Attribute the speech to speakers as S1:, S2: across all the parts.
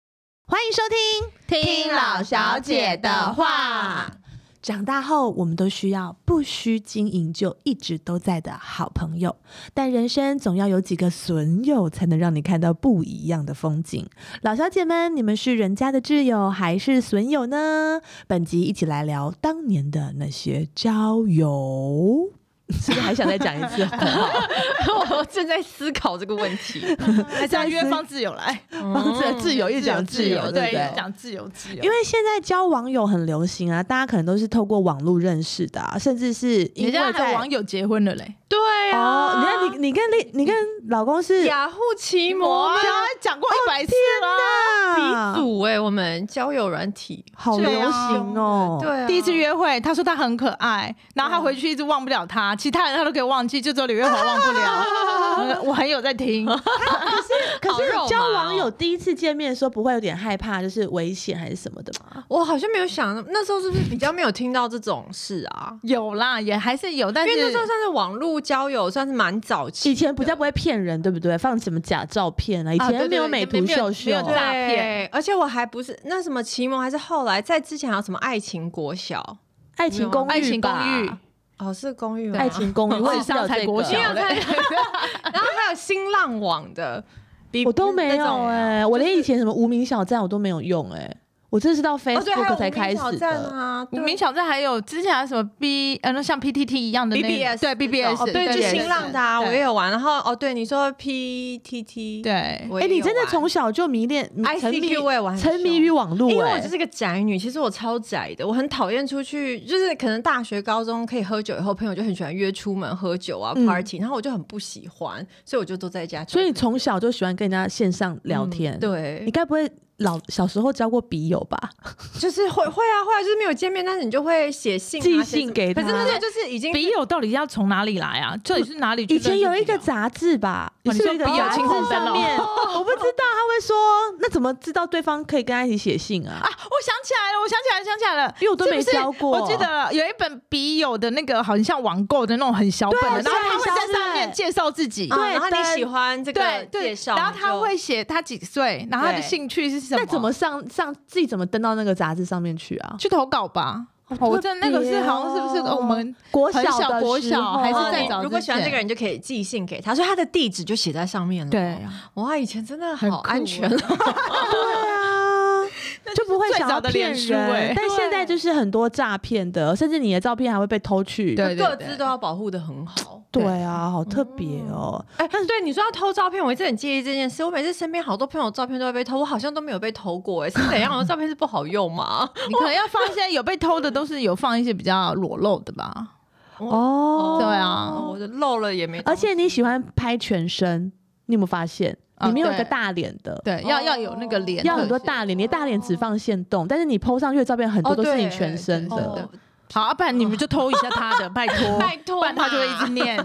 S1: 迎收听《
S2: 听老小姐的话》。
S1: 长大后，我们都需要不需经营就一直都在的好朋友，但人生总要有几个损友，才能让你看到不一样的风景。老小姐们，你们是人家的挚友还是损友呢？本集一起来聊当年的那些交友。 是不是还想再讲一 次？哦
S2: 我 正在思考这个问题。
S3: 还是要哎约方自由来，
S1: 帮自自由一直讲自由，嗯对
S3: 对
S1: 不对？，
S3: 讲自由自由
S1: 因。为现在交网友很流行啊，大家可能都是透过网络认识的、啊，甚至是因
S3: 人
S1: 为
S3: 家还
S1: 在
S3: 网友结婚了嘞，
S2: 对
S1: 哦，你
S2: 啊，
S1: 看你你跟你你跟老公是
S2: 雅虎奇摩啊
S3: 我哦讲过一百次了，
S1: 啊
S2: 鼻祖哎，我们交友软体，
S1: 好流行哦，
S2: 对啊，
S3: 第一次约会，他说他很可爱，然后他回去一直忘不了 他，其他人他都可以忘记，就只有李月华忘不 了。我很有在听，
S1: 可
S2: 好
S1: 是
S2: 肉麻哦
S1: 交网友第一次见面的时候，不会有点害怕，就是危险还是什么的
S3: 啊
S1: 吗？
S2: 我好像没有想，那时候是不是比较没有听到这种事啊？
S3: 有啦，也还是有，但
S2: 因为那时候
S3: 是
S2: 算是网络交友，算是蛮早
S1: 以
S2: 期。
S1: 前比较不会骗人，对不对？放什么假照片啊？以前没有美图秀秀啊
S3: 没有没有没有诈骗，
S2: 而且我还不是那什么奇摩，还是后来在之前还有什么爱情国小，
S1: 爱情公寓吧，
S3: 爱情公寓，
S2: 哦是公寓吗？
S1: 爱情公寓，我也
S3: 智
S1: 是有
S3: 商才
S1: 这
S3: 国小
S1: 个。
S2: 没有
S3: 嘞，
S2: 然后还有新浪网的，比
S1: 我都没
S2: 那
S1: 有
S2: 种啊
S1: 哎、我连以前什么无名小站我都没有用哎、我这是到
S2: 哦对，还
S1: Facebook
S2: 有
S1: 才开始
S2: 无名小站
S1: 的。
S2: 啊，
S3: 无
S2: 对
S3: 名小站还有之前还有什么 B，呃，那像 PTT 一样的那个
S2: BBS
S3: 对
S2: 哦
S3: BBS，
S2: 对，就
S3: 对
S2: 新浪的啊，
S3: 对
S2: 我也有玩。然后哦，对，你说 PTT，，
S3: 对，
S2: 我
S1: 哎、
S2: 也有
S1: 你真的
S2: 玩
S1: 从小就迷恋、沉迷
S2: ICQ 欸我也玩很
S1: 沉迷
S2: 凶
S1: 于网络
S2: 因为
S1: 哎、
S2: 我就是个宅女，其实我超宅的，我很讨厌出去，就是可能大学、高中可以喝酒以后，朋友就很喜欢约出门喝酒啊、
S1: 嗯
S2: party，然后我就很不喜欢，所以我就都在家。
S1: 所以你从小就喜欢跟人家线上聊天。
S2: 嗯
S1: 你
S2: 对，
S1: 该不会老小时候交过笔友吧？
S2: 就是会会啊会啊，就是没有见面，但是你就会写信、啊、
S1: 寄
S2: 写什么
S1: 信给
S2: 可是
S1: 他
S2: 那时候就是已经
S3: 笔友到底要从哪里来啊？这里是哪里去
S1: 以
S3: 认识
S1: 前
S3: 笔友？
S1: 有一个杂志吧，
S3: 哦
S1: 是
S3: 你说
S1: 一个
S3: 笔友
S1: 杂志
S3: 青红灯
S1: 上
S3: 哦
S1: 面，我不知道他会说，那怎么知道对方可以跟他一起写信啊
S3: 啊？，我想起来了，我想起来了，想起来了，
S1: 因为我都
S3: 是不
S1: 没
S3: 是
S1: 教过
S3: 我记得了有一本笔友的那个，很像网购的那种很小本
S1: 对
S3: 的，然后他
S1: 很
S3: 会
S1: 小
S3: 在上面
S1: 本
S3: 介绍自己
S2: 啊，
S1: 对
S2: 然后
S1: 但
S2: 你喜欢这个
S3: 啊对
S2: 介
S3: 对，
S2: 绍，
S3: 然后他
S2: 就
S3: 会写他几岁，然后他的
S2: 对
S3: 兴趣是什么，
S1: 那怎么上上自己怎么登到那个杂志上面去啊？
S3: 去投稿吧？哦我真的那个是好像是不是
S1: 特别哦
S3: 我们
S1: 国小
S3: 很小
S1: 的
S3: 国
S1: 时
S3: 小
S1: 候
S3: 还是
S2: 哦
S3: 在
S2: 你
S3: 找
S2: 如果
S3: 之
S2: 喜欢这
S3: 前
S2: 个人，就可以寄信给他，所以他的地址就写在上面了。
S3: 对，
S2: 哇，以前真的
S3: 很
S2: 好
S3: 酷
S2: 安全
S3: 欸
S2: 哦。
S1: 对啊，就不会想要骗
S3: 最早的脸
S1: 人
S3: 书欸。
S1: 但现在就是很多诈骗的，甚至你的照片还会被偷去。
S3: 对
S2: 各自都要保护的很好。
S1: 对啊，好特别哦。
S2: 哎、对你说要偷照片，我一直很介意这件事。我每次身边好多朋友照片都会被偷，我好像都没有被偷过、哎，是 怎样？我照片是不好用吗？
S3: 你可能要放一些有被偷的，都是有放一些比较裸露的吧？
S1: 哦，
S3: 对
S2: 哦
S3: 啊，
S2: 我的漏了也没。
S1: 而且你喜欢拍全身，你有没有发现？
S3: 啊
S1: 里面有一
S3: 对
S1: 个大脸的，
S3: 对，要哦要有那个脸特写，
S1: 要很多大脸，你的大脸只放线动，但是你 PO 上去的照片很多
S2: 哦
S1: 都是
S2: 对
S1: 你全身
S3: 对对
S1: 的
S3: 对。好，啊不然你们就偷一下他 的，拜托，
S2: 哦拜托
S3: 不然他就会一
S2: 嘛
S3: 直念。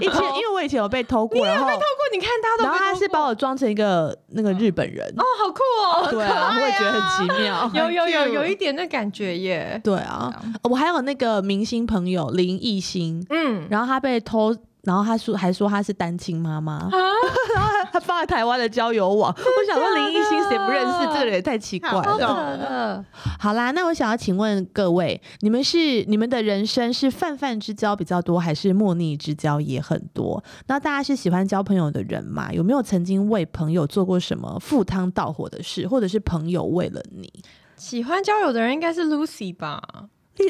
S1: 以前因为我以前有被偷过，然后
S2: 不过你看大家都
S1: 然后他是把
S2: 包
S1: 我装成一个那个日本人
S2: 哦，，好酷哦，
S1: 对啊，我也觉得很奇妙。
S2: 有有有
S3: cute
S2: 有一点那感觉耶。
S1: 对啊，我还有那个明星朋友林艺兴，
S2: 嗯，
S1: 然后他被偷，然后他说还说他是单亲妈妈， 然后他放在台啊湾的交友网，我想说林艺兴谁不认识，这个人也太奇怪
S3: 好
S2: 真
S3: 扯
S1: 了。
S2: 的，
S1: 好啦，那我想要请问各位，你们是你们的人生是泛泛之交比较多，还是莫逆之交也很多？那大家是喜欢交朋友的人嘛？有没有曾经为朋友做过什么赴汤蹈火的事，或者是朋友为了你？
S2: 喜欢交友的人应该是 Lucy 吧？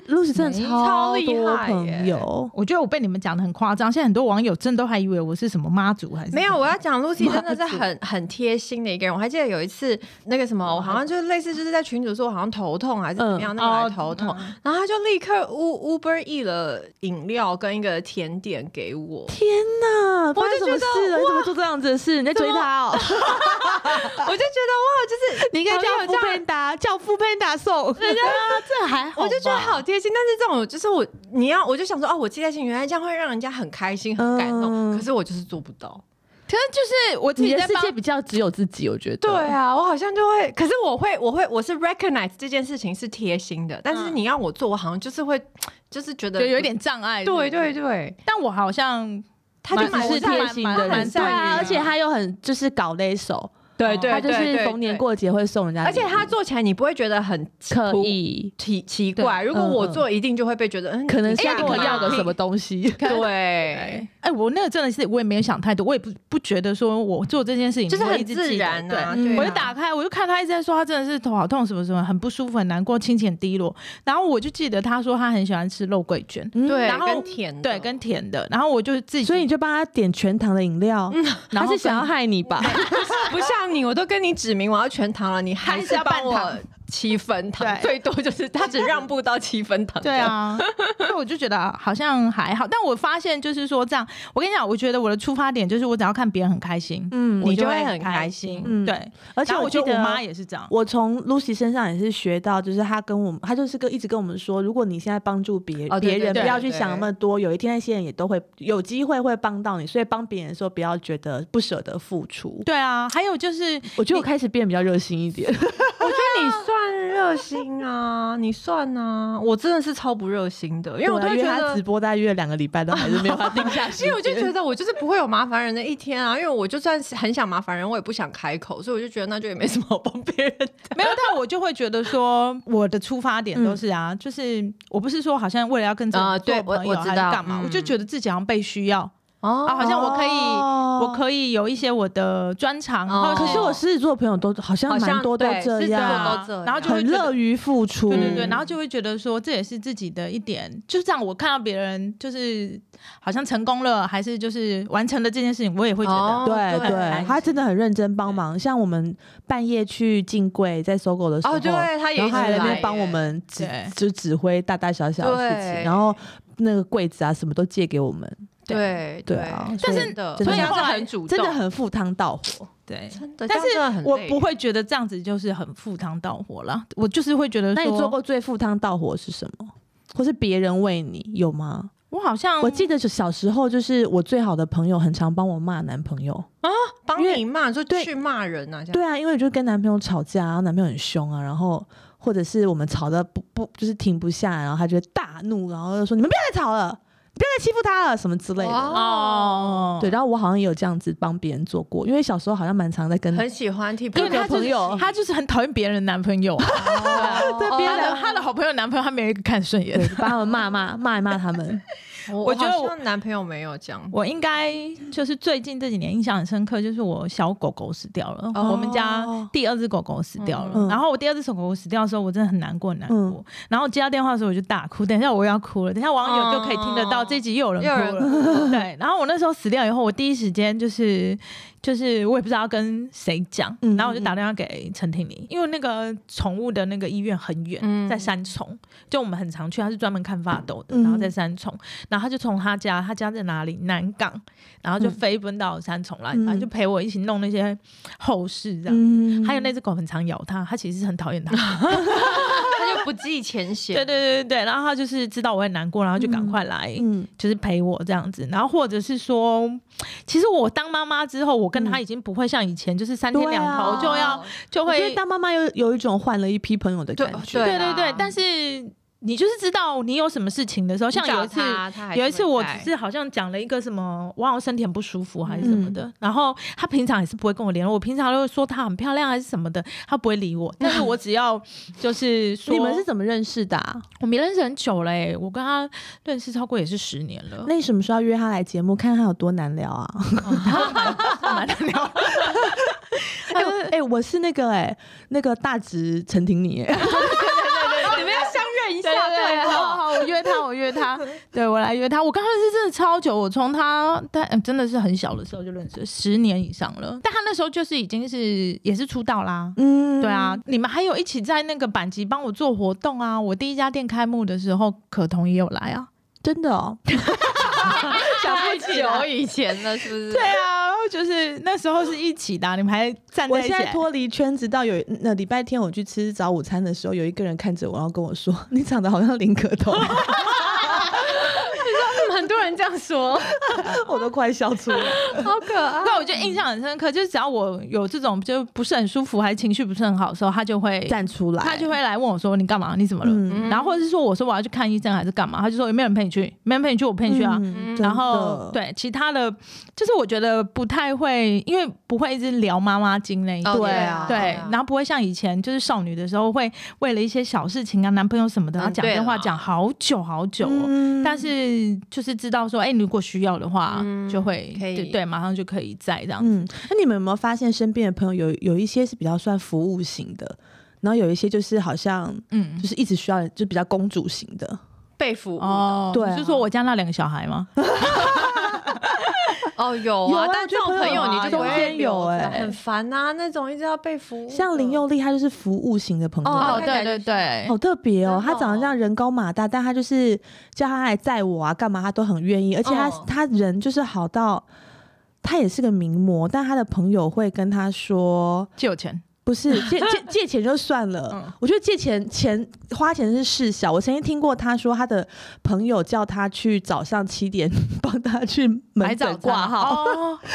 S1: 露 Lucy 真的
S3: 没
S1: 超
S2: 超厉
S1: 多
S2: 害
S1: 朋
S2: 耶
S1: 友，
S3: 我觉得我被你们讲的很夸张，现在很多网友真的都还以为我是什么妈祖还是
S2: 没有，我要讲 Lucy 真的是
S1: 妈祖
S2: 很很贴心的一个人。我还记得有一次那个什么，我好像就是类似就是在群主说我好像头痛还是怎么样，那我来头痛，
S3: 哦
S2: 然后他就立刻 U Uber E 了饮料跟一个甜点给 我。
S1: 天呐，发生
S2: 就
S1: 什么
S2: 觉得
S1: 事了？你怎么做这样子的事？你在追他哦？
S2: 我就觉得哇，就是
S1: 你应该叫
S2: 朋
S1: 富
S2: 友这样
S1: 佩达，叫富佩达送。对啊，这还好吧
S2: 我就觉得好贴心，但是这种就是我，你要我就想说哦，我记在心，原来这样会让人家很开心、很感动，
S1: 嗯
S2: 可是我就是做不到。
S3: 可能就是我自
S1: 你
S3: 己
S1: 的
S3: 在
S1: 世
S3: 帮
S1: 界比较只有自己，我觉得。
S2: 对啊，我好像就会，可是我会，我会，我是 recognize 这件事情是贴心的，但是
S3: 嗯
S2: 你让我做，我好像就是会，就是觉得
S3: 就有一点障碍。
S2: 对
S3: 是不是
S2: 对，对，
S3: 但我好像
S2: 他就
S3: 蛮
S2: 蛮
S1: 是
S3: 蛮
S1: 贴心的
S3: 蛮
S1: 人，
S3: 蛮
S1: 对
S3: 在意
S1: 啊，
S3: 的
S1: 而且他又很就是搞勒手，
S2: 对对
S1: 他就
S2: 对
S1: 是
S2: 对
S1: 逢年
S2: 对
S1: 过节会送人家礼物，
S2: 而且它做起来你不会觉得很
S4: 刻意
S2: 奇奇怪。
S4: 对
S2: 如果
S1: 嗯
S2: 我
S1: 嗯
S2: 做，一定就会被觉得，嗯，
S1: 可能
S2: 你
S1: 是
S2: 干
S1: 要
S2: 嘛
S1: 跟我要个什么东西。
S2: 对，
S3: 哎，我那个真的是我也没有想太多，我也不不觉得说我做这件事情
S2: 就是
S3: 我会一
S2: 很
S3: 直
S2: 自
S3: 记得
S2: 然
S3: 对
S2: 啊。
S1: 对
S2: 对啊
S3: 我就打开，我就看他一直在说他真的是头好痛，什么什么，很不舒服，很难过，心情很低落。然后我就记得他说他很喜欢吃肉桂卷，
S1: 嗯
S2: 对，
S3: 然后
S2: 跟甜的
S3: 对，跟甜的。然后我就自己，
S1: 所以你就帮他点全糖的饮料，
S3: 然
S4: 他
S3: 后
S4: 是想要
S3: 跟
S4: 害你
S1: 嗯
S4: 吧？
S2: 不像你，我都跟你指明我要全糖了，你还是帮我 七分糖，
S3: 对
S2: 最多就是 他只让步到七分糖。
S3: 对，啊， 所以我就觉得好像还好。但我发现就是说这样，我跟你讲，我觉得我的出发点就是我只要看别人很开心，
S1: 嗯
S3: 我
S2: 你就
S3: 会
S2: 会很开
S3: 心
S2: 心。
S1: 嗯
S3: 对，
S1: 而且
S3: 然后我
S1: 记
S3: 觉
S1: 得
S3: 得我妈也是这样。
S1: 我从 Lucy 身上也是学到，就是她跟我们，她就是跟一直跟我们说，如果你现在帮助别
S2: 哦对
S1: 别人，
S2: 对
S1: 不
S2: 对
S1: 要去想那么多，有一天那些人也都会有机会会帮到你，所以帮别人的时候不要觉得不舍得付出。
S3: 对啊，还有就是
S1: 我觉得我开始变比较热心一点，
S2: 我觉得 你算热心啊，你算啊，我真的是超不热心的，因为我
S1: 对
S2: 都
S1: 啊
S2: 会
S1: 约
S2: 觉
S1: 她
S2: 得
S1: 直。播大约两个礼拜都还是没有她定 下时
S2: 因为我就
S1: 间
S2: 觉得我就是不会有麻烦人的一天啊，因为我就算是很想麻烦人，我也不想开口，所以我就觉得那就也没什么好帮别人的。
S3: 没有，但我就会觉得说，我的出发点都是啊，就是我不是说好像为了要跟这个
S2: 嗯啊
S3: 人做
S2: 对我
S3: 朋友
S2: 我知
S3: 还是
S2: 道
S3: 干嘛，我就
S2: 嗯
S3: 觉得自己好像被需要
S2: 哦
S3: 啊，好像我可以，我
S1: 以。
S3: 可以有一些我的专长，然后
S2: 哦
S1: 可是我狮子座朋友都好像
S2: 好像
S1: 蛮多都
S2: 对
S1: 这
S2: 狮子座
S1: 样，
S2: 都这样
S3: 然后就会
S1: 很
S3: 觉得
S1: 乐于付出。
S3: 对对对，
S2: 嗯
S3: 然后就会觉得说这也是自己的一点，就这样。我看到别人就是好像成功了，还是就是完成了这件事情，我也会觉得。
S2: 哦
S1: 对
S2: 对
S1: 对，他真的很认真帮忙。像我们半夜去进柜，在搜狗的时候，
S2: 哦对他也
S1: 然后他还在那
S2: 一直
S1: 边
S2: 来
S1: 帮我们指
S3: 对
S1: 就指挥大大小小的事情，
S2: 对
S1: 然后那个柜子啊什么都借给我们，
S2: 对
S1: 对啊
S2: 但
S1: 所以
S2: 是的，
S1: 真的
S2: 所以他
S3: 后
S2: 是
S3: 来
S2: 很主动，
S1: 真的很赴汤蹈火。
S3: 对，
S2: 真的，
S3: 但
S2: 这样真的
S3: 是
S2: 很
S3: 我
S2: 累
S3: 不会觉得这样子就是很赴汤蹈火啦，我就是会觉得
S1: 那
S3: 说，
S1: 你做过最赴汤蹈火是什么？或是别人为你有吗？
S3: 我好像
S1: 我
S2: 嗯
S1: 记得就小时候，就是我最好的朋友很常帮我骂男朋友。
S2: 帮
S1: 因为
S2: 你骂，就
S1: 对
S2: 去骂人啊，这样
S1: 对啊，因为就跟男朋友吵架，然后男朋友很凶啊，然后或者是我们吵的不不就是停不下来，然后他就会大怒，然后就说你们不要再吵了，你不要再欺负他了，什么之类的。
S2: 哦，
S3: 嗯
S1: 对，然后我好像也有这样子帮别人做过，因为小时候好像蛮常在跟
S2: 很喜欢替
S3: 对
S2: 别
S3: 他
S2: 人
S1: 他朋友
S3: 他就是很讨厌别人的男朋友啊，
S1: 对 别
S3: 他
S1: 人
S3: 的他的好朋友男朋友，他没有一个看顺 眼
S1: 对。把他们骂骂骂一骂他们。
S2: 我
S3: 我
S2: 我
S3: 觉得
S2: 好
S3: 我
S2: 像男朋友没有这样，
S3: 我应该就是最近这几年印象很深刻，就是我小狗狗死掉了，
S2: 哦
S3: 我们家第二只狗狗死掉了。
S1: 嗯
S3: 然后我第二只小狗狗死掉的时候，我真的很难过，很难过。
S1: 嗯
S3: 然后接到电话的时候我就大哭，等一下我要哭了，等一下网友就可以听得到，
S2: 哦
S3: 这一集又有人
S2: 又有人
S3: 哭了。 对，然后我那时候死掉以后，我第一时间就是就是我也不知道跟谁讲，
S1: 嗯
S3: 然后我就打电话给陈婷妮，因为那个宠物的那个医院很远，
S2: 嗯
S3: 在三重，就我们很常去，他是专门看发抖的，
S1: 嗯
S3: 然后在三重，然后他就从他家，他家在哪里？南港，然后就
S1: 嗯
S3: 飞奔到三重来，
S1: 嗯
S3: 反正就陪我一起弄那些后事这样。
S1: 嗯
S3: 还有那只狗很常咬他，他其实是很讨厌他。
S2: 他就不计前 嫌，
S3: 对对对对对，然后他就是知道我很难过，然后就赶快来，
S1: 嗯
S3: 就是陪我这样子。然后或者是说，其实我当妈妈之后，我跟他已经不会像以前，就是三天
S1: 对啊
S3: 两头就要、就
S1: 我觉
S3: 会
S1: 得当妈妈有有一种换了一批朋友的
S2: 对
S1: 感觉。
S3: 对
S2: 对
S3: 对对，但
S2: 是
S3: 是你就是知道你有什么事情的时候，像有一次。有一次，我只是好像讲了一个什么，哇，我身体很不舒服还是什么的。然后他平常也是不会跟我联络，我平常都会说她很漂亮还是什么的，他不会理我。但是我只要就是说， 哦
S1: 你们是怎么认识的啊？
S3: 我们认识很久了、欸，我跟他认识超过也是十年 了。
S1: 那你什么时候要约他来节目，看他有多难聊啊？
S3: 蛮难聊的，
S1: 哎、我哎我是那个哎、那个大直陈婷你、哎
S2: 你们要相认一 下，
S3: 对对对，好
S2: 哦
S3: 好，我约他，我约 他，对我来约他。我刚认识真的超久，我从他但、嗯真的是很小的时候就认识了，十年以上了。但他那时候就是已经是也是出道啦。
S1: 嗯
S3: 对啊，，你们还有一起在那个板级帮我做活动啊！我第一家店开幕的时候，可彤也有来啊。
S1: 真的哦，
S2: 太久以前了，是不是？
S3: 对啊，就是那时候是一起的啊、你们还站
S1: 我
S3: 在一
S1: 现
S3: 起。
S1: 在脱离圈子，到有那礼拜天我去吃早午餐的时候，有一个人 啊看着我，然后跟我说：“你长得好像林可彤。
S2: 很多人然这样说，
S1: 我都快笑出来。
S2: 好可爱。
S3: 对，我就印象很深刻，就是只要我有这种就不是很舒服，还情绪不是很好的时候，他就会
S1: 站出来，
S3: 他就会来问我说：“你干嘛？你怎么了？”
S1: 嗯
S3: 然后或者是说我说我要去看医生还是干嘛，他就说有没有人陪你去？没人陪你去，我陪你去啊。
S1: 嗯
S3: 然后，对其他的，就是我觉得不太会，因为不会一直聊妈妈经那一
S2: 哦
S3: 种
S1: 对啊
S3: 对，然后不会像以前就是少女的时候，会为了一些小事情啊、男朋友什么的，然后
S2: 嗯
S3: 讲
S2: 对
S3: 电话
S2: 啦
S3: 讲好久好久
S1: 真的
S3: 哦。
S1: 嗯
S3: 但是就是知道说，哎、如果需要的话，
S2: 嗯
S3: 就会
S2: 可以
S3: 对对，马上就可以在这样。
S1: 嗯，那你们有没有发现身边的朋友有有一些是比较算服务型的，然后有一些就是好像
S3: 嗯
S1: 就，是一直需要就比较公主型的，
S2: 被服务的
S3: 哦，
S1: 对啊
S3: 你是说我家那两个小孩吗？
S2: 哦，有
S1: 有啊
S2: 啊，但这种
S1: 就朋
S2: 朋
S1: 友
S2: 友
S1: 啊
S2: 你就不
S1: 中
S2: 会
S1: 间有
S2: 留着
S1: 欸
S2: 很烦呐。那种一直要被服务的，
S1: 像林佑利，她就是服务型的朋友。
S2: 哦
S3: 哦，对对对，
S1: 好特别哦，
S2: 真的
S1: 她
S2: 哦
S1: 长得这样人高马大，但她就是叫她来载我啊，干嘛她都很愿意，而且她
S3: 哦
S2: 嗯
S1: 她、人就是好到，她也是个名模，但她的朋友会跟她说，
S3: 借我钱。
S1: 不 是借借借钱就算了，
S3: 嗯
S1: 我觉得借钱钱花钱是事小。我曾经听过他说，他的朋友叫他去早上七点 帮他去门诊挂号，
S3: 哦，去
S1: 去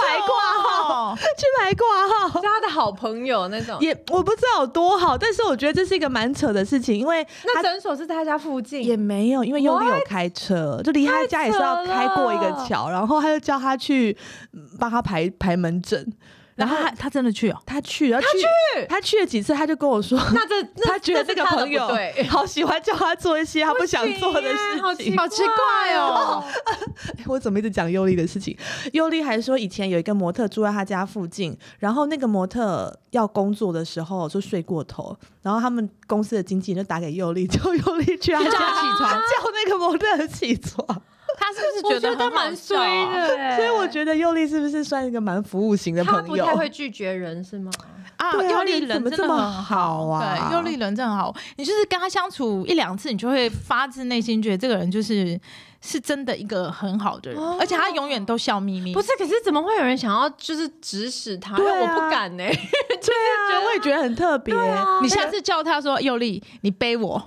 S1: 排挂号，
S3: 号，
S1: 去排挂号
S2: 是。他的好朋友那种。
S1: 也我不知道有多好，但是我觉得这是一个蛮扯的事情，因为
S2: 那
S1: 他
S2: 诊所是在他家附近，
S1: 也没有，因为尤里有开车，就离他家也是要开过一个桥，然后他就叫他去嗯帮他排排门诊， 然
S3: 然后
S1: 后
S3: 他
S1: 他
S3: 他真的去哦，
S1: 他去，然后去他去了几次，他就跟我说，
S2: 那这那
S1: 他觉得这个朋友
S2: 那是他的不对
S1: 好喜欢叫他做一些 他不想做的事
S2: 不行
S1: 情
S2: 耶。好奇怪哦，
S1: 哎 我怎么一直讲尤利的事情？尤利还说，以前有一个模特住在他家附近，然后那个模特要工作的时候就睡过头，然后他们公司的经纪人就打给尤利，叫尤利去他家
S3: 叫他起 床
S1: 叫那个模特起床。
S3: 他是不
S2: 我觉得蛮衰的欸，
S1: 哎所以我觉得尤利是不是算一个蛮服务型的
S2: 他
S1: 朋
S2: 不
S1: 友
S2: 太？会拒绝人是吗？
S3: 啊，
S1: 对啊
S3: 佑利
S1: 你怎
S3: 人
S1: 么
S3: 真
S1: 这
S3: 的
S1: 么
S3: 很
S1: 好啊
S3: 对，佑利人真的很好，你就是跟他相处一两次，你就会发自内心觉得这个人就是是真的一个很好的人
S2: 哦，
S3: 而且他永远都笑眯眯，
S2: 不是，可是怎么会有人想要就是指使他？因
S1: 对啊
S2: 为我不敢呢。
S1: 对啊，我也觉得很特别，
S2: 啊
S3: 你下次叫他说佑利，你背我，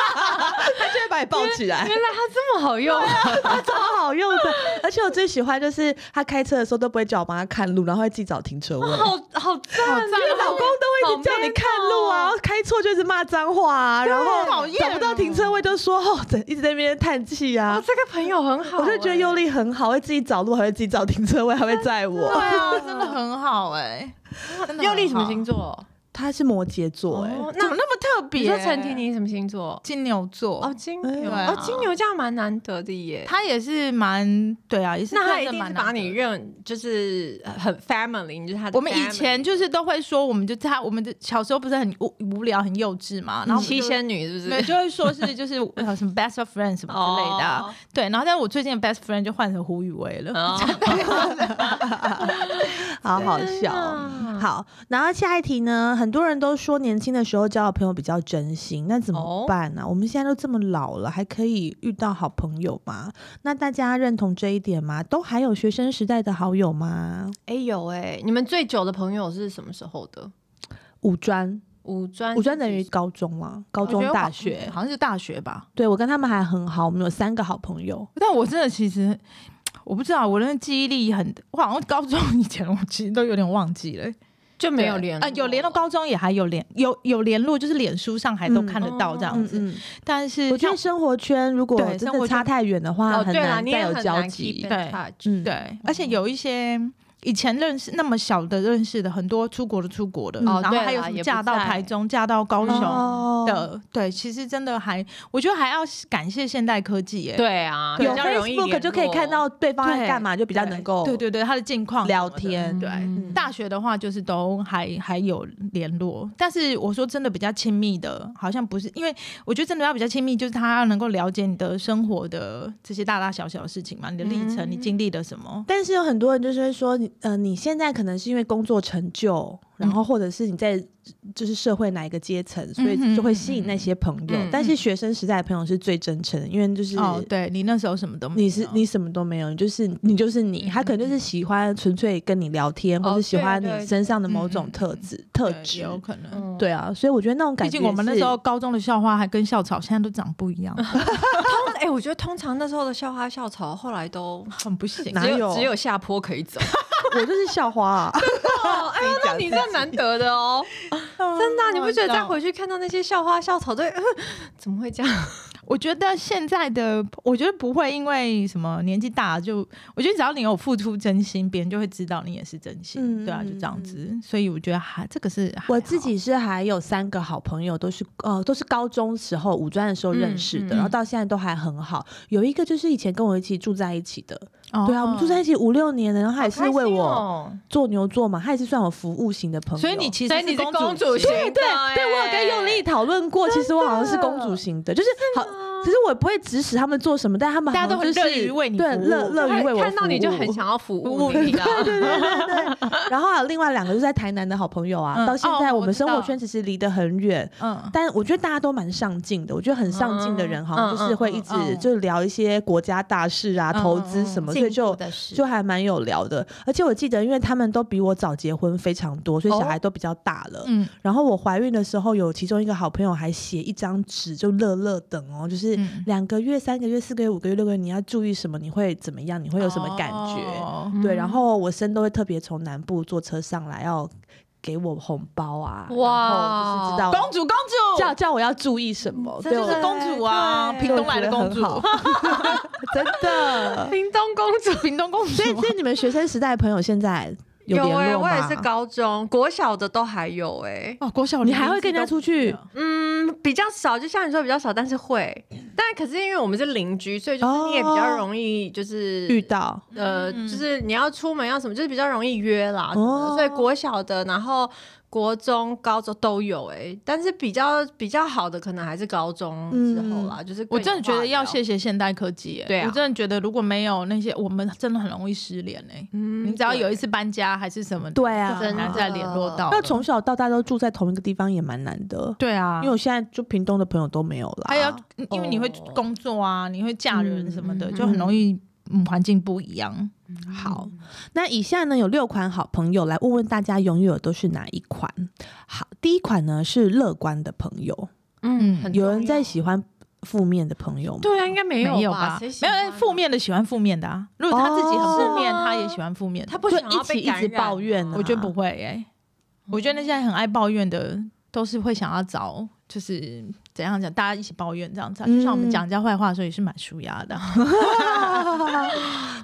S1: 他就会把你抱起来
S2: 原。 来他这么好用，啊
S1: 他超好用的，而且我最喜欢就是他开车的时候都不会叫我帮他看路，然后会自己找停车位。
S2: 哦好好赞！啊
S1: 因为老公都会一直叫你看路啊
S2: 好，哦
S1: 开错就一直骂脏话啊，然
S3: 讨
S1: 后
S3: 厌
S1: 找不到停车位就说哦，整一直在那边叹气
S2: 哦
S1: 啊。
S2: 这个朋友很好欸，
S1: 我就觉得尤利很好，会自己找路，还会自己找停车位，还会载
S3: 对
S1: 我。
S3: 啊， 真的很好哎，
S2: 尤利什么星座？
S1: 他是摩羯座，哎，
S2: 哦
S3: 怎么那么特别？
S2: 你说陈婷婷什么星座？
S3: 金牛座
S2: 哦，金
S1: 哎对
S2: 牛，
S3: 啊
S2: 哦，金牛这样蛮难得的耶。
S3: 他也是蛮对啊，也是
S2: 那他
S3: 真
S2: 一
S3: 的
S2: 定
S3: 蛮
S2: 是
S3: 难
S2: 把
S3: 得
S2: 你
S3: 的
S2: 认就是呃很 family，你就是他的 family。
S3: 我们以前就是都会说，我们就他我们的小时候不是很无无聊、很幼稚嘛，然后我们
S2: 七
S3: 就
S2: 仙女是不
S3: 对，
S2: 是？
S3: 就会说是就是呃什么 best of friend 什么之类的啊、
S2: 哦
S3: 对。然后，但是我最近的 best friend 就换成胡宇威了。
S2: 哦
S1: 好好笑。哦好，然后下一题呢？很多人都说年轻的时候交的朋友比较真心，那怎么
S2: 哦
S1: 办啊呢、我们现在都这么老了，还可以遇到好朋友吗？那大家认同这一点吗？都还有学生时代的好友吗？
S2: 哎有哎，你们最久的朋友是什么时候的？
S1: 五专，
S2: 五专，
S1: 五专等于高中嘛，高
S3: 我觉
S1: 中
S3: 得我
S1: 大
S3: 好
S1: 学。
S3: 好像是嗯大学吧。
S1: 对我跟他们还很好，我们有三个好朋友。
S3: 但我真的其实我不知道，我那个记忆力很，我好像高中以前我其实都有点忘记了、
S2: 就没有联
S3: 啊、
S2: 络
S3: 有联络，高中也还有联有有联络，就是脸书上还都看得到这样
S1: 嗯
S3: 子。
S1: 嗯，
S3: 但是
S1: 我觉
S3: 像
S1: 得生活圈如果
S3: 对
S1: 真
S3: 生活
S1: 的
S3: 圈
S1: 差太远的话，
S2: 哦
S1: 很
S2: 对啦，
S1: 难
S2: 你也
S1: 再有
S2: 很
S1: 交
S2: 难 keep
S1: 集
S2: in。
S3: 对
S2: touch。
S1: 嗯，
S3: 对，而且有一些以前认识那么小的认识的很多出国的出国的，
S1: 嗯
S3: 然后
S2: 哦对
S3: 还有
S2: 啦
S3: 什么
S2: 也不
S3: 嫁到
S2: 在
S3: 台中、嫁到高雄
S1: 哦
S3: 的，对，其实真的还我觉得还要感谢现代科技耶、
S2: 对啊，
S1: 有
S2: 比较容易
S1: Facebook
S2: 联
S1: 就可以
S2: 络
S1: 看到对方在
S3: 对
S1: 干嘛，就比较
S3: 对
S1: 能够
S3: 对对对他的近况
S1: 聊
S3: 什么的
S1: 天
S3: 对。
S2: 嗯
S3: 大学的话，就是都还还有联络，但是我说真的比较亲密的，好像不是，因为我觉得真的要比较亲密，就是他能够了解你的生活的这些大大小小的事情嘛，你的历程，你经历了什么，
S1: 但是有很多人就是会说，你呃，你现在可能是因为工作成就，
S3: 嗯
S1: 然后或者是你在就是社会哪一个阶层，所
S3: 嗯
S1: 以就会吸引那些朋友。
S2: 嗯嗯嗯
S1: 但是学生时代的朋友是最真诚的，因为就是
S3: 哦，对你那时候什么都没有，
S1: 嗯
S3: 嗯
S1: 你是你什么都没有，你就是你就是你，他可能就是喜欢纯粹跟你聊天，或
S2: 哦
S1: 者喜欢
S2: 对对
S1: 你身上的某种
S3: 嗯
S1: 特
S3: 嗯
S1: 质特
S3: 对
S1: 质。
S3: 有可能。
S2: 嗯
S1: 对啊，所以我觉得那种感
S3: 毕
S1: 觉，
S3: 竟我们那时候，高中的校花还跟校草现在都长不一样，
S2: 通哎、我觉得通常那时候的校花校草后来都
S3: 很不行。
S1: 哪
S2: 只
S1: 有
S2: 有只有下坡可以走。
S1: 我就是校花啊，
S2: 哎 呦，那你这难得的 哦，真的啊、你不觉得再
S3: 再
S2: 回去看到那些校花校草都会、呃怎么会这样？
S3: 我觉得现在的，我觉得不会因为什么年纪大了就，我觉得只要你有付出真心，别人就会知道你也是真
S1: 嗯
S3: 心，对啊，
S1: 嗯
S3: 就这样子。所以我觉得还这个是还好
S1: 我自己是还有三个好朋友，都是呃都是高中时候五专的时候认识
S2: 嗯
S1: 的，
S2: 嗯
S1: 然后到现在都还很好。有一个就是以前跟我一起住在一起的，
S3: 哦
S1: 对啊，我们住在一起五六年了，然后他也是为我
S2: 好开心哦
S1: 做牛做马，他也是算我服务型的朋友。
S3: 所以你其实
S2: 所以你是
S3: 公
S2: 公主
S3: 型
S2: 型
S1: 对对
S2: 真的
S1: 对，我有跟
S2: 欸
S1: 用力讨论过，其实我好像是公主型的，就是好，其实我也不会指使他们做什么，但他们
S3: 啊大家都
S1: 好像
S3: 很
S1: 就是
S3: 乐于为你
S1: 对
S3: 服务
S1: 乐乐于为
S2: 哦，
S1: 我
S2: 看到你就
S1: 服务
S2: 很想要服 务你啊的。
S1: 对对对对。然后还有另外两个就是在台南的好朋友啊，
S3: 嗯
S1: 到现在
S3: 哦
S1: 我们生
S3: 我
S1: 活
S3: 知道
S1: 圈其实离得很远，
S3: 嗯，
S1: 但我觉得大家都蛮上进的。我觉得很上进的人，好像就是会一
S3: 嗯嗯嗯
S1: 直
S3: 嗯
S1: 就聊一些国家大事啊、
S3: 嗯
S1: 投资什么，所以
S3: 进步
S1: 就
S3: 的事
S1: 就还蛮有聊的。而且我记得，因为他们都比我早结婚非常多，所以小
S2: 哦
S1: 孩都比较大了。
S3: 嗯
S1: 然后我怀孕的时候，有其中一个好朋友还写一张纸，就乐乐等哦，就是
S3: 嗯
S1: 两个月、三个月、四个月、五个月、六个月，你要注意什么，你会怎么样，你会有什么感觉？
S3: 哦
S1: 对，然后我生都会特别从南部坐车上来，要给我红包啊，
S2: 哇
S1: 然后就是知道
S3: 公主公主，
S1: 叫叫我要注意什么，
S2: 这
S1: 对
S2: 就
S1: 我
S3: 哦是公主啊，
S2: 对
S3: 屏东来的公主
S1: 对，我觉 真的。
S2: 屏东公主
S3: 屏东公主。
S1: 所以，所以你们学生时代的朋友现在有
S2: 有
S1: 联
S2: 哎、
S1: 络
S2: 我
S1: 吗？
S2: 也是高中、国小的都还有哎、
S3: 哦，国小
S1: 你还会跟人家出去
S2: 嗯，比较少，就像你说比较少，但是会。但可是因为我们是邻居，所以就是你也比较容易就是、
S1: 哦遇到
S2: 呃，
S3: 嗯
S2: 就是你要出门要什么，就是比较容易约啦。什么
S1: 哦
S2: 的所以国小的，然后国中、高中都有哎、但是比较比较好的可能还是高中之后
S1: 嗯
S2: 啦，就是
S3: 我真的觉得要谢
S2: 谢，
S3: 谢现代科技、欸，
S2: 对啊
S3: 我真的觉得如果没有那些，我们真的很容易失联哎、
S2: 嗯
S3: 你只要有一
S2: 对
S3: 次搬家还是什么的，
S1: 对啊
S3: 就很难再联络到了。
S1: 要从小到大都住在同一个地方也蛮难的，
S3: 对啊，哎
S1: 因为我现在就屏东的朋友都没有了。
S3: 还要因为你会
S2: 哦
S3: 工作啊，你会嫁人什么的，
S2: 嗯
S3: 就很容易嗯环境不一样。
S1: 好，嗯那以下呢有六款好朋友来问问大家拥有的都是哪一款？好，第一款呢是乐观的朋友，
S2: 嗯，
S3: 嗯
S2: 很
S1: 有人
S2: 重要
S1: 在喜欢负面的朋友吗？
S2: 对啊，应该没
S3: 没有
S2: 吧？
S3: 没有负
S2: 面，
S3: 面的喜欢负面的啊。如果他自己很负面，
S2: 哦是吗
S3: 他也喜欢负面的。
S2: 他不
S1: 就
S2: 想要
S1: 一起
S2: 被
S1: 一直
S2: 感染
S1: 抱怨啊
S2: 吗
S3: 我觉得不会哎、我觉得那些很爱抱怨的，都是会想要找就是怎样讲，大家一起抱怨这样子啊、
S1: 嗯
S3: 就像我们讲人家坏话的时候也是蛮舒压的。啊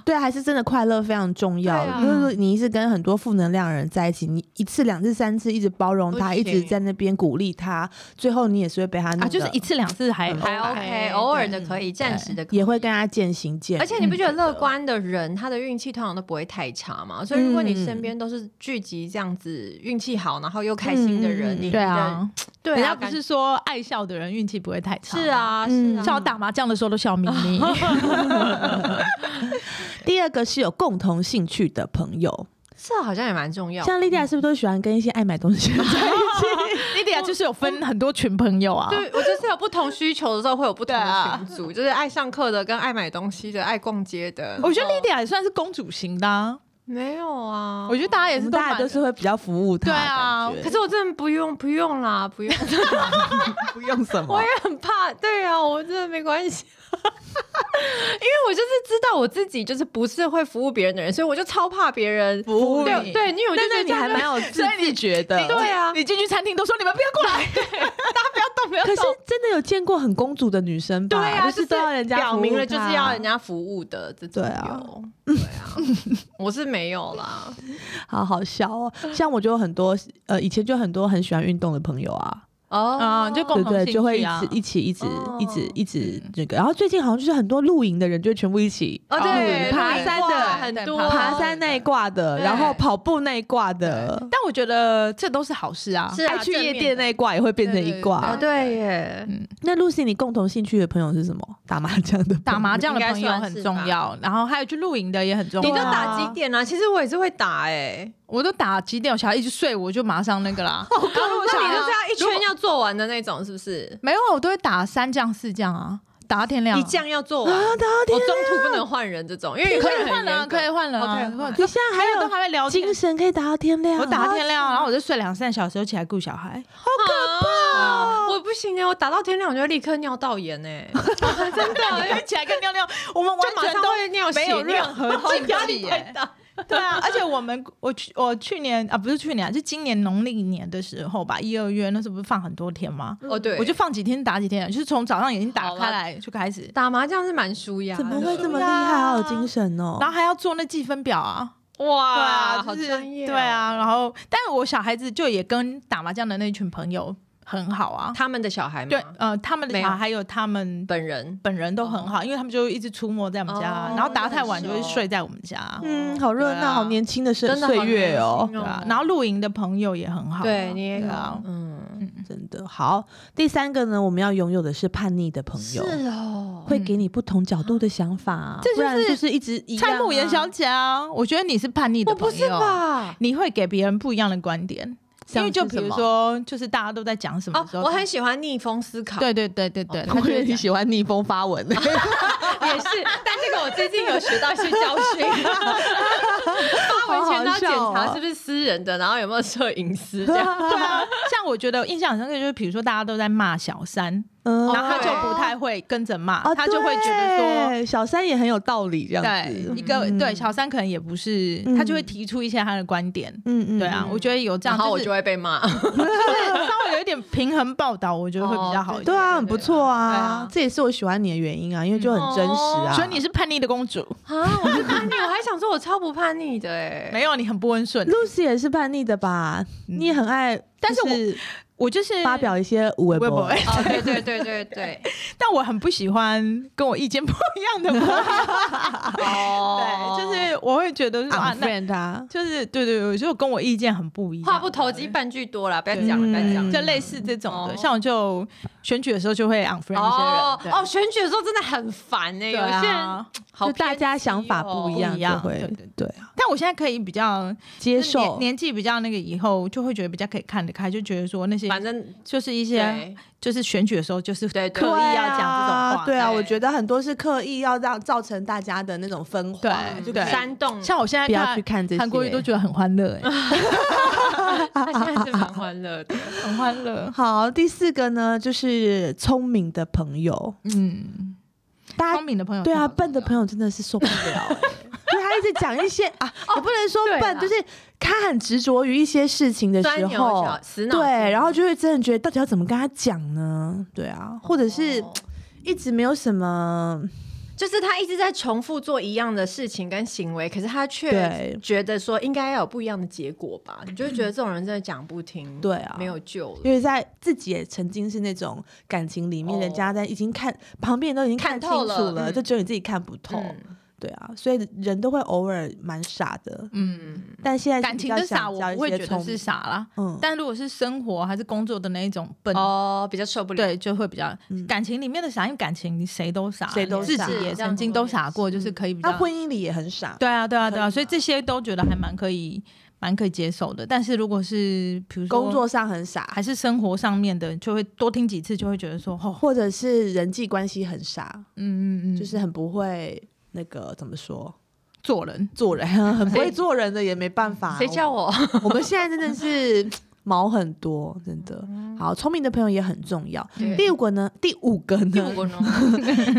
S1: 对，啊还是真的快乐非常重要。
S2: 对啊
S1: 如果你一直跟很多负能量的人在一起，你一次、两次、三次一直包容他，
S2: 不
S1: 一
S2: 行
S1: 直在那边鼓励他，最后你也是会被他弄得、
S3: 啊，就是一次两次还
S1: 嗯
S2: 还 OK，偶哦尔的可
S3: 以。
S2: 以，暂时的可以
S1: 也会跟他渐行渐远。
S2: 而且你不觉得乐观的人，他的运气通常都不会太差嘛？所以如果你身边都是聚集这样子运气好，然后又开心的
S1: 嗯
S2: 人，
S1: 嗯嗯
S2: 你
S3: 对，啊，
S2: 对啊，
S3: 人家不
S2: 感
S3: 是说爱笑的人运气不会太差。
S2: 是，啊，
S1: 嗯
S2: 是啊，
S3: 像我打麻将的时候都笑眯 眯。
S1: 第二个是有共同兴趣的朋友，
S2: 这好像也蛮重要。
S1: 像莉迪亚是不是都喜欢跟一些爱买东西的人在一 起？
S3: 莉迪亚就是有分很多群朋友啊。
S2: 对，我就是有不同需求的时候会有不同
S3: 对啊
S2: 的群组，就是爱上课的、跟爱买东西的、爱逛街的。
S3: 我觉得莉迪亚也算是公主型的、啊，
S2: 没有啊
S3: 我，觉得大家也
S1: 我
S3: 是
S1: 们
S3: 都
S1: 大家
S3: 蛮
S1: 都是会比较服务他
S3: 对
S1: 的
S3: 啊
S1: 感觉。
S2: 可是我真的不用，不用啦，不用，
S1: 不用什么
S2: 我也很怕。对啊，我真的没关系。 因为我就是知道我自己就是不是会服务别人的人，所以我就超怕别人
S3: 服务你
S2: 对对，因为我就
S1: 但
S2: 觉
S1: 是
S2: 得
S1: 你还蛮有自
S3: 所以你
S1: 自觉的。
S2: 对啊
S3: 你进去餐厅都说你们不要过来，
S2: 动没有
S1: 可是
S2: 动。
S1: 真的有见过很公主的女生吧？
S2: 对啊，
S1: 就是都要人家
S2: 表明了，
S1: 服
S2: 就
S1: 务她
S2: 是要人家服务的这种
S1: 对啊
S2: 有， 对啊，我是没有啦。
S1: 好好笑哦！像我就有很多呃，以前就很多很喜欢运动的朋友啊，
S2: 哦
S3: 嗯就共
S1: 对
S3: 同
S1: 对，
S3: 兴
S1: 就会
S3: 趣
S1: 一
S3: 啊嗯
S1: 直一起一直
S2: 哦
S1: 一直一直那个。然后最近好像就是很多露营的人，就全部一起
S2: 哦
S1: 露
S2: 对，
S1: 营、爬山
S2: 对
S1: 的、
S2: 很
S3: 对
S2: 多
S1: 爬山那一挂的，
S2: 对
S1: 然后跑步那一挂的， 哎
S3: 但我觉得这都是好事啊。
S2: 是啊
S1: 爱去夜
S2: 正面
S1: 店
S2: 的
S1: 那一挂也会变成一
S3: 对
S2: 哦，
S1: 挂
S3: 对。
S2: 对耶，
S1: 那 Lucy，你共同兴趣的朋友是什么？打麻将的朋友，
S3: 打麻将的朋友很重要，然后还有去露营的也很重
S2: 你
S3: 要。
S2: 就
S1: 对啊
S2: 打几点啊？其实我也是会打哎，
S3: 我都打几点，我小孩一直睡，我就马上那 个啦。
S2: 那你就是要一圈要做完的那种，是不是？
S3: 没有，啊我都会打三降四降啊，打到天亮。
S2: 一降要做完，
S1: 啊
S2: 我
S1: 打到天
S2: 中途不能换人这种，因为
S3: 可
S2: 有些
S3: 以
S2: 人
S3: 换
S2: 很
S3: 了，
S2: 严格
S3: 可以换了啊，
S2: OK，
S3: 换
S1: 你现在还
S3: 还有都
S1: 有
S3: 还会聊天
S1: 精，神可啊以打到天亮，
S3: 我打到天亮，啊然后我就睡两三小时，又起来顾小孩。
S2: 啊我不行哎，我打到天亮，我就立刻尿道炎哎，真的，因为
S3: 起来跟尿尿， 我们完
S2: 就马
S3: 全
S2: 上
S3: 都
S2: 会尿血
S3: 没有
S2: 尿
S3: 任何禁忌
S2: 压力
S3: 耶
S2: 太大。
S3: 对啊， 而且我们我去我去年啊，不是去年啊，就今年农历年的时候吧，一二月那时候不是放很多天吗？
S2: 哦，对，
S3: 我就放几天打几天，就是从早上眼睛打
S2: 好
S3: 开
S2: 啦
S3: 来就开始，
S2: 打麻将是蛮舒压的，
S1: 怎么会这么厉
S3: 对
S1: 害？
S3: 啊
S1: 好有精神哦！
S3: 然后还要做那计分表啊，对
S2: 哇？
S3: 啊，
S2: 好
S3: 就是
S2: 专业，哦
S3: 对，啊，然后但我小孩子就也跟打麻将的那群朋友很好啊，
S2: 他们的小孩吗
S3: 对，呃，他们的
S2: 没有
S3: 小孩还有他们
S2: 本人
S3: 本人都很好，因为他们就一直出没在我们家，
S2: 哦
S3: 然后打太晚就
S2: 那
S3: 会
S2: 很熟
S3: 睡在我们家，
S1: 嗯，好热
S3: 对
S1: 闹，
S3: 啊
S1: 好年轻的岁
S2: 真的好
S1: 岁月哦
S2: 年，轻
S3: 对啊
S2: 哦，
S3: 然后露营的朋友也很好啊，
S2: 对你也有
S3: 对啊，
S2: 嗯，
S1: 真的好。第三个呢，我们要拥有的是叛逆的朋友，
S2: 哦
S1: 会给你不同角度的想法，
S3: 嗯这
S1: 不然
S3: 就是
S1: 就是一直一样啊
S3: 蔡慕妍小姐啊，我觉得你是叛逆的
S2: 我
S3: 朋友，
S2: 不是吧？
S3: 你会给别人不一样的观点，因
S1: 像
S3: 为就是比
S1: 什
S3: 如
S1: 么
S3: 说，就是大家都在讲什么
S2: 哦
S3: 的时，候，
S2: 我很喜欢逆风思考，
S3: 对对对对对，
S2: 哦
S3: 他
S1: 我
S3: 就
S1: 觉得
S3: 会
S1: 你
S3: 讲
S1: 喜欢逆风发文，
S2: 也 是，但这个我最近有学到一些教训。 发文前都要检查是不是私人的，然后有没有设隐私这 样。
S3: 对啊，像我觉得印象很深刻，就是比如说大家都在骂小三，
S1: 嗯
S3: 然后他就
S2: 对
S3: 不太会跟着骂，
S1: 哦
S3: 他就会觉得说。
S1: 对小三也很有道理这样
S3: 对，
S1: 子，
S3: 一个
S1: 嗯
S3: 对小三可能也不是，
S1: 嗯
S3: 他就会提出一些他的观点，
S1: 嗯嗯
S3: 对啊，
S2: 嗯
S3: 我觉得有这样，
S2: 然后我
S3: 是
S2: 就会啊被 骂，
S3: 就是稍微有一点平衡报道，我觉得会比较好一点。
S1: 对啊，很不错
S3: 哦对
S1: 啊
S3: 啊，嗯
S1: 这也是我喜欢你的原因啊，因为就很真实啊。
S2: 哦
S3: 所以你是叛逆的公主，
S2: 啊，我是叛逆，我还想说我超不叛逆的哎、
S3: 没有你很不温顺，
S1: Lucy 也是叛逆的吧？
S3: 嗯
S1: 你也很爱，
S3: 但是我
S1: 就是
S3: 我就是
S1: 发 表一些无微
S3: 微
S1: 博
S3: 博，哎
S2: 哦，对对对对 对，
S3: 但我很不喜欢跟我意见不一样的朋友，
S2: 哦
S3: 对，就是我会觉得说啊，那
S1: friend 啊，
S3: 就是对对对，就跟我意见很不一样，
S2: 话不投机半句多啦，不要
S3: 对
S2: 讲了，不要讲
S1: 嗯
S2: 了。
S3: 就类似这种的，
S2: 哦
S3: 像我就选举的时候就会 unfriend
S2: 哦
S3: 一些人，
S2: 哦，选举的时候真的很烦哎、
S3: 对
S2: 有
S3: 对啊
S2: 些人好
S1: 就大家
S2: 偏激哦
S1: 想法不一
S3: 不
S1: 样
S3: 一样
S1: 就会
S3: 对对
S1: 对啊，
S3: 但我现在可以比较
S1: 接
S3: 就是年
S1: 受
S3: 年纪比较那个以后，就会觉得比较可以看得开，就觉得说那些
S2: 反正
S3: 就是一些
S2: 对
S3: 就是选举的时候就是刻
S2: 对
S3: 意要讲
S2: 对
S3: 这种
S1: 对啊
S3: 话，
S1: 对啊，
S2: 对
S1: 我觉得很多是刻意要让造成大家的那种分化，
S3: 对
S1: 就
S3: 对
S1: 是
S2: 煽动，
S3: 像我现在
S1: 不要去看这些
S3: 韩国瑜都觉得很欢乐，哎，
S2: 他现在是蛮欢乐的。
S3: 很欢乐，
S1: 好，第四个呢，就是聪明的朋友，
S3: 嗯，
S1: 大家
S3: 聪明的朋友
S1: 对啊，
S3: 很重要
S1: 笨的朋友真的是受不了、欸， 因为他一直讲一些啊，
S3: 哦
S1: 也不能说
S2: 对
S1: 笨，
S2: 啦
S1: 就是他很执着于一些事情的
S2: 钻
S1: 时
S2: 牛
S1: 候
S2: 角，死脑筋
S1: 对，然后就会真的觉得到底要怎么跟他讲呢？对啊，或者是
S2: 哦
S1: 一直没有什么
S2: 就是他一直在重复做一样的事情跟行为，可是他
S1: 对
S2: 却觉得说应该要有不一样的结果吧？你就会觉得这种人真的讲不听，
S1: 对啊
S2: 没有救了。
S1: 因为在自己也曾经是那种感情里面，
S2: 哦
S1: 人家在已经看旁边人都已经
S2: 看
S1: 清
S2: 透
S1: 楚
S2: 了
S1: 了，
S2: 嗯
S1: 就只有你自己看不透。
S2: 嗯
S1: 对啊，所以人都会偶尔蛮傻的，
S3: 嗯，
S1: 但现在
S3: 感情的傻我不
S1: 不
S3: 会觉得是傻啦，
S1: 嗯，
S3: 但如果是生活还是工作的那一种笨，
S2: 哦，比较受不了。
S3: 对，就会比较感情里面的傻，因为感情谁都傻，
S1: 谁都
S3: 自
S1: 傻
S3: 己也
S2: 这样
S3: 曾经
S2: 子
S3: 都
S2: 我也
S3: 傻过，
S2: 是
S3: 就是可以比
S1: 他
S3: 较
S1: 婚姻里也很傻，
S3: 对啊，对啊，
S2: 可
S3: 对
S2: 以
S3: 啊，
S2: 嘛
S3: 所以这些都觉得还蛮可以，蛮可以接受的。但是如果是比如说
S1: 工作上很傻，
S3: 还是生活上面的，就会多听几次，就会觉得说，哦，
S1: 或者是人际关系很傻，
S3: 嗯嗯嗯，
S1: 就是很不会那个怎么说
S3: 做人。
S1: 做人，啊很不会做人的也没办 法。
S2: 谁叫我？
S1: 我我们现在真的是毛很多，真的。
S3: 嗯
S1: 好，聪明的朋友也很重要。
S2: 对
S1: 第五个呢？第五个
S2: 嗯第
S1: 呢
S2: 五？个呢？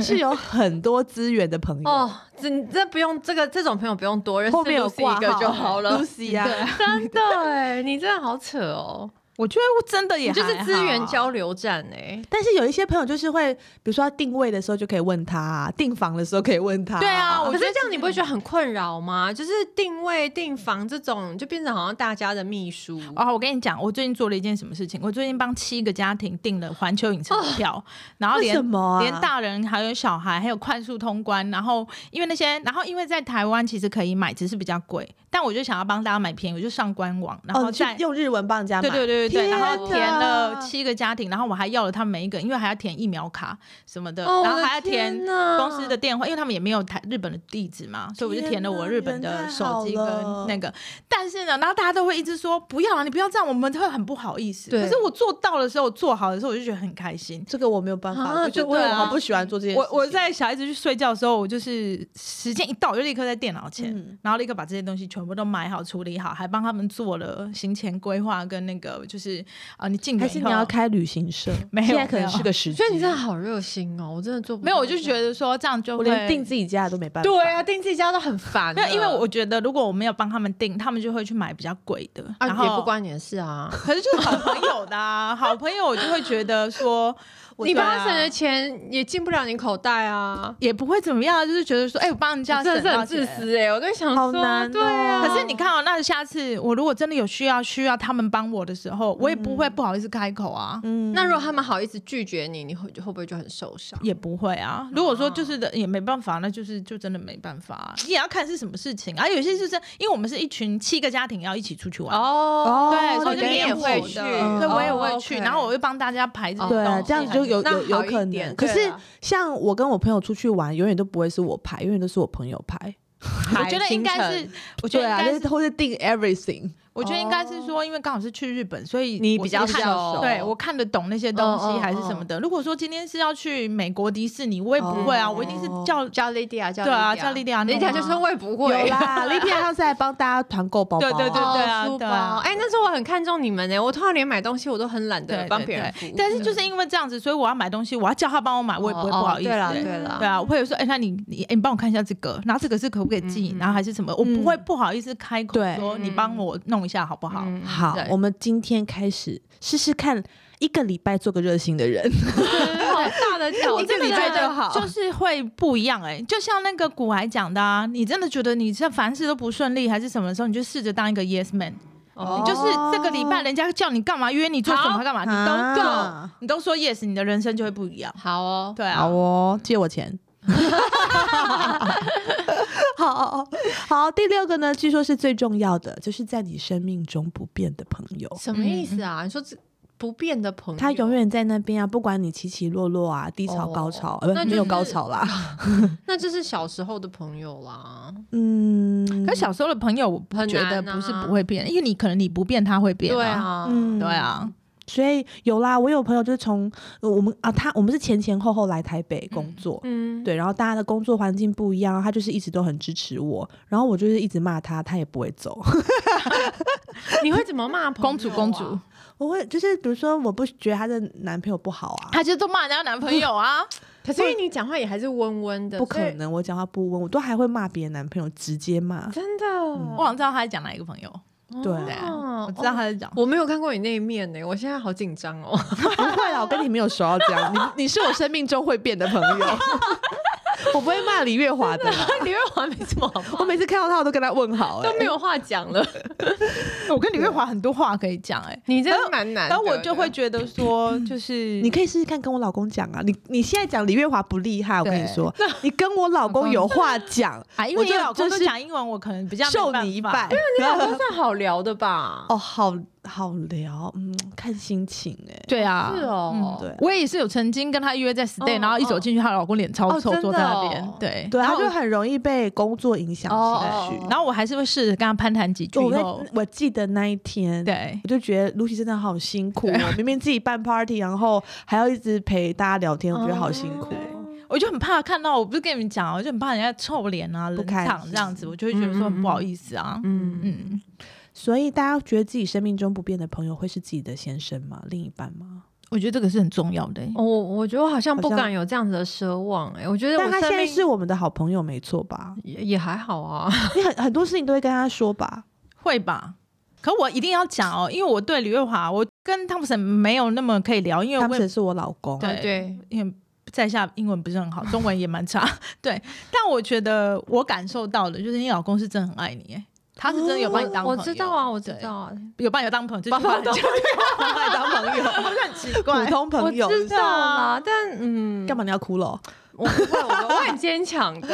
S1: 是有很多资源的朋友。
S2: 哦，这你真不用这个这种朋友不用多认识
S1: 后面有
S2: Lucy
S1: 挂
S2: 一个
S1: 号
S2: 就好 了。
S1: ，Lucy 啊，
S2: 真的哎，你真的好扯哦，
S3: 我觉得我真的也
S2: 你就是
S3: 还
S2: 资源
S3: 好
S2: 交流站哎。
S1: 但是有一些朋友就是会，比如说要定位的时候就可以问他啊，订房的时候可以问他。
S3: 对啊我
S2: 可
S3: 觉
S2: 是
S3: 得
S2: 这样你不会觉得很困扰吗？就是定位、订房这种，就变成好像大家的秘书。
S3: 哦，我跟你讲，我最近做了一件什么事情？我最近帮七个家庭订了环球影城的
S2: 哦
S3: 票，然后
S1: 为
S3: 连
S1: 什么啊
S3: 连大人还有小孩，还有快速通关。然后因为那些，然后因为在台湾其实可以买，只是比较贵。但我就想要帮大家买便宜，我就上官网，然
S1: 哦，
S3: 后
S1: 你去
S3: 再、
S1: 用日文帮人家买。
S3: 对对对对对对，
S2: 啊
S3: 然后
S1: 天
S3: 填
S1: 哪
S3: 了七个家庭，然后我还要了他们每一个，因为还要填疫苗卡什么的，
S2: 哦
S3: 然
S2: 我
S3: 后
S2: 的
S3: 还要填
S2: 天
S1: 嗯
S2: 哪
S3: 公司的电话，因为他们也没有台日本的地址嘛，所以我就填了我日本
S1: 天哪
S3: 的手机
S1: 人
S3: 跟
S1: 太好了
S3: 那个。但是呢，然后大家都会一直说不要啊，你不要这样，我们会很不好意思。
S2: 对
S3: 可是我做到的时候，我做好的时候，我就觉得很开心。
S1: 这个我没有办法，
S2: 啊
S1: 我就
S2: 对
S1: 我
S2: 啊
S1: 好不喜欢做这件事
S3: 我
S1: 情。
S3: 我在小孩子去睡觉的时候，我就是时间一到，我就立刻在电脑前，
S1: 嗯
S3: 然后立刻把这些东西全部都买好、处理好，还帮他们做了行前规划跟那个就是啊、你进园
S1: 还是
S3: 以
S1: 你
S2: 嗯
S3: 后
S1: 要开旅行社，
S3: 没有
S1: 现在可能
S3: 没有
S1: 是个时机
S2: 所以你真的好热心哦，我真的做不
S3: 没有，
S2: 到
S3: 我就觉得说这样就
S1: 我
S3: 会
S1: 连订自己家的都没办法。
S2: 对啊，订自己家都很 烦
S3: 没
S2: 的。
S3: 有，因为我觉得如果我没有帮他们订，他们就会去买比较贵的，
S2: 啊
S3: 然后
S2: 也不。关你的事 啊，
S3: 可是就是好朋友的、啊，好朋友我就会觉得说，我
S2: 你帮
S3: 对
S2: 他
S3: 啊
S2: 省的钱也进不了你口袋啊。
S3: 也不会怎么样，就是觉得说，哎、我帮人家
S2: 真的
S3: 省
S2: 是
S3: 到
S2: 很自
S3: 钱。
S2: 私哎、我在想
S1: 好
S2: 说，
S1: 难哦
S2: 对啊，
S3: 可是你看哦，那下次我如果真的有需要需要他们帮我的时候，我也不会不好意思开口啊，
S1: 嗯
S2: 那如果他们好意思拒绝你，你会会不会就很受伤？
S3: 也不会啊。如果说就是的，也没办法，那就是就真的没办法、啊。也要看是什么事情啊，有些就是因为我们是一群七个家庭要一起出去玩，
S2: 哦，
S3: 对，
S1: 哦
S3: 所以
S1: 你
S3: 就
S1: 跟
S3: 你也
S1: 我
S3: 会
S1: 的
S3: 去，
S1: 嗯
S3: 对，我也
S2: 哦
S3: 会去，
S2: ，OK
S3: 然后我会帮大家排这种
S1: 对
S3: 东
S1: 啊，
S3: 西，
S1: 这样子就有
S2: 那
S1: 有有
S2: 好一
S1: 可能。
S2: 点
S1: 可
S2: 对
S1: 是
S2: 啊
S1: 像我跟我朋友出去玩，永远都不会是我排，永远都是我朋友排。
S3: 我觉得应该是，我觉
S1: 对
S3: 得应
S1: 啊，
S3: 该
S1: 就是
S3: 是，
S1: 或是订 everything。
S3: 我觉得应该是说，因为刚好是去日本，所以
S1: 你
S3: 我
S1: 比较
S3: 看
S2: 熟
S3: 对我看得懂那些东
S2: 嗯嗯
S3: 西
S2: 嗯
S3: 还是什么的。如果说今天是要去美国迪士尼，我也不会啊，
S1: 哦
S3: 我一定是叫。
S2: 叫 Lydia，叫
S3: 对啊叫 Lydia 弄啊
S2: Lydia 就说我也不会
S1: 有。啦， 丽萍上次还帮大家团购包包啊。
S3: 对对
S2: 哦
S3: 对啊
S2: 书包
S3: 对啊
S2: 哎、那时候我很看重你们呢、我通常连买东西我都很懒
S3: 对
S2: 得
S3: 对
S2: 帮别人服
S3: 对
S2: 务，嗯
S3: 但是就是因为这样子，所以我要买东西，我要叫他帮我买，我也不会
S2: 哦
S3: 不好意思。
S2: 对啦
S3: 欸
S2: 对啦
S3: 对啊，我会说，哎，那你你哎你帮我看一下这个，然后这个是可不可以
S2: 嗯
S3: 寄，然后还是什么，我不会不好意思开口
S1: 对
S3: 说你帮我弄一下好不好？
S1: 好，
S3: 嗯对
S1: 我们今天开始试试看，一个礼拜做个热心的人。
S2: 好大 的挑
S3: 我
S2: 战
S3: 真
S1: 个礼
S3: 的
S1: 拜
S3: 觉得
S1: 就好
S3: 就是会不一样哎、就像那个古海讲的啊，你真的觉得你这凡事都不顺利还是什么的时候，你就试着当一个 yes man，、
S2: 哦
S3: 你就是这个礼拜人家叫你干嘛约你做什么干嘛，你
S1: 啊
S3: 都够，你都说 yes，你的人生就会不一样。
S2: 好哦，
S3: 对啊
S1: 好，哦，借我 钱。好好，第六个呢，据说是最重要的，就是在你生命中不变的朋友，
S2: 什么意思
S3: 嗯
S2: 啊？你说这不变的朋友，
S1: 他永远在那边啊，不管你起起落落啊，低潮高潮，呃，
S2: 那
S1: 不
S2: 就是
S1: 没有高潮啦，
S2: 那就是小时候的朋友啦。
S1: 嗯，
S3: 可小时候的朋友，我
S2: 很
S3: 觉
S2: 难
S3: 得
S2: 啊
S3: 不是不会变，因为你可能你不变，他会变、
S2: 对，啊，
S1: 嗯
S3: 对。啊，
S1: 所以有啦，我有朋友就是从、呃我们啊，他我们是前前后后来台北工作，
S2: 嗯，
S1: 对，然后大家的工作环境不一样，他就是一直都很支持我，然后我就是一直骂他，他也不会走。
S2: 你会怎么骂朋友啊
S3: 公主公主，
S1: 我会就是比如说，我不觉得她的男朋友不好啊，
S3: 他就都骂人家男朋友 啊，
S2: 可是因为你讲话也还是温温的，
S1: 不可
S2: 所以
S1: 能，我讲话不温，我都还会骂别人男朋友，直接骂。
S2: 真的。
S3: 我想知道他在讲哪一个朋友，
S1: 对
S2: 哦
S1: 啊
S3: 我知道他在讲。
S2: 我没有看过你那一面呢、我现在好紧 张哦。
S1: 不会啦，我跟你没有熟到这样，你你是我生命中会变的朋友， 我不会骂李月华的啦。
S2: 李月华没什么好
S1: 我每次看到他，我都跟他问好、欸，
S2: 都没有话讲 了，
S3: 哎我跟李月华很多话可以讲哎、
S2: 你真的蛮难的。
S3: 然后我就会觉得说，就是
S1: 你可以试试看跟我老公讲啊，你你现在讲李月华不厉害，我跟你
S3: 对，
S1: 说，你跟我老公有话讲
S3: 啊，因
S1: 我
S3: 为
S1: 就
S3: 你老公
S1: 就
S3: 都
S1: 是
S3: 讲英文，我可能比较没
S1: 受
S3: 办
S1: 你一
S3: 法
S1: 拜。。
S2: 你老公算好聊的吧？
S1: 哦，好好聊，嗯，看心情哎、
S3: 对啊，
S2: 是哦
S1: 嗯对
S3: 我也是有曾经跟她约在 stay，、
S2: 嗯
S3: 然后一走进去，她老公脸超
S2: 哦
S3: 臭，
S2: 真的
S3: 坐在那边
S2: 哦，
S3: 对啊
S1: 对，
S3: 然
S1: 他
S3: 后
S1: 就很容易被工作影响
S2: 哦
S1: 情绪
S2: 哦哦。
S3: 然后我还是会试着跟她攀谈几句
S1: 我
S3: 以
S1: 在
S3: 后，
S1: 我记得那一天，
S3: 对
S1: 我就觉得 Lucy 真的好辛苦哦，明明自己办 party，然后还要一直陪大家聊天，我觉得好辛苦
S2: 嗯
S1: 哦。
S3: 我就很怕看到，我不是跟你们讲，我就很怕人家臭脸啊、冷
S1: 开
S3: 场
S1: 心
S3: 这样子，我就会觉得说很不好意思啊，
S2: 嗯嗯，
S3: 嗯，
S1: 所以大家觉得自己生命中不变的朋友会是自己的先生吗？另一半吗？
S3: 我觉得这个是很重要的、
S2: 嗯我我觉得我好像不
S1: 好像
S2: 敢有这样子的奢望哎、我觉得
S1: 但
S2: 我
S1: 他现
S2: 生
S1: 在
S2: 命
S1: 是我们的好朋友，没错吧？
S2: 也也还好啊。
S1: 你很很多事情都会跟他说吧？
S3: 会吧？可我一定要讲哦，因为我对李月华，我跟汤普森没有那么可以聊，因为
S1: 他
S3: 我
S1: 们
S3: 也
S1: 只是我老公，
S3: 对
S2: 对，
S3: 因为在下英文不是很 好，中文也蛮差，对。但我觉得我感受到的就是你老公是真的很爱你，哎，他是真的有把你当朋友
S2: 我知道啊，我知 道啊，
S3: 对，有把你当朋友，这句话很
S2: 把我当
S3: 把你当 朋友，好像很奇
S1: 普
S3: 怪。
S1: 通
S2: 我
S1: 朋友。
S2: 知道啦。但嗯，
S1: 干嘛你要哭了？
S2: 我不会，我我很坚强的。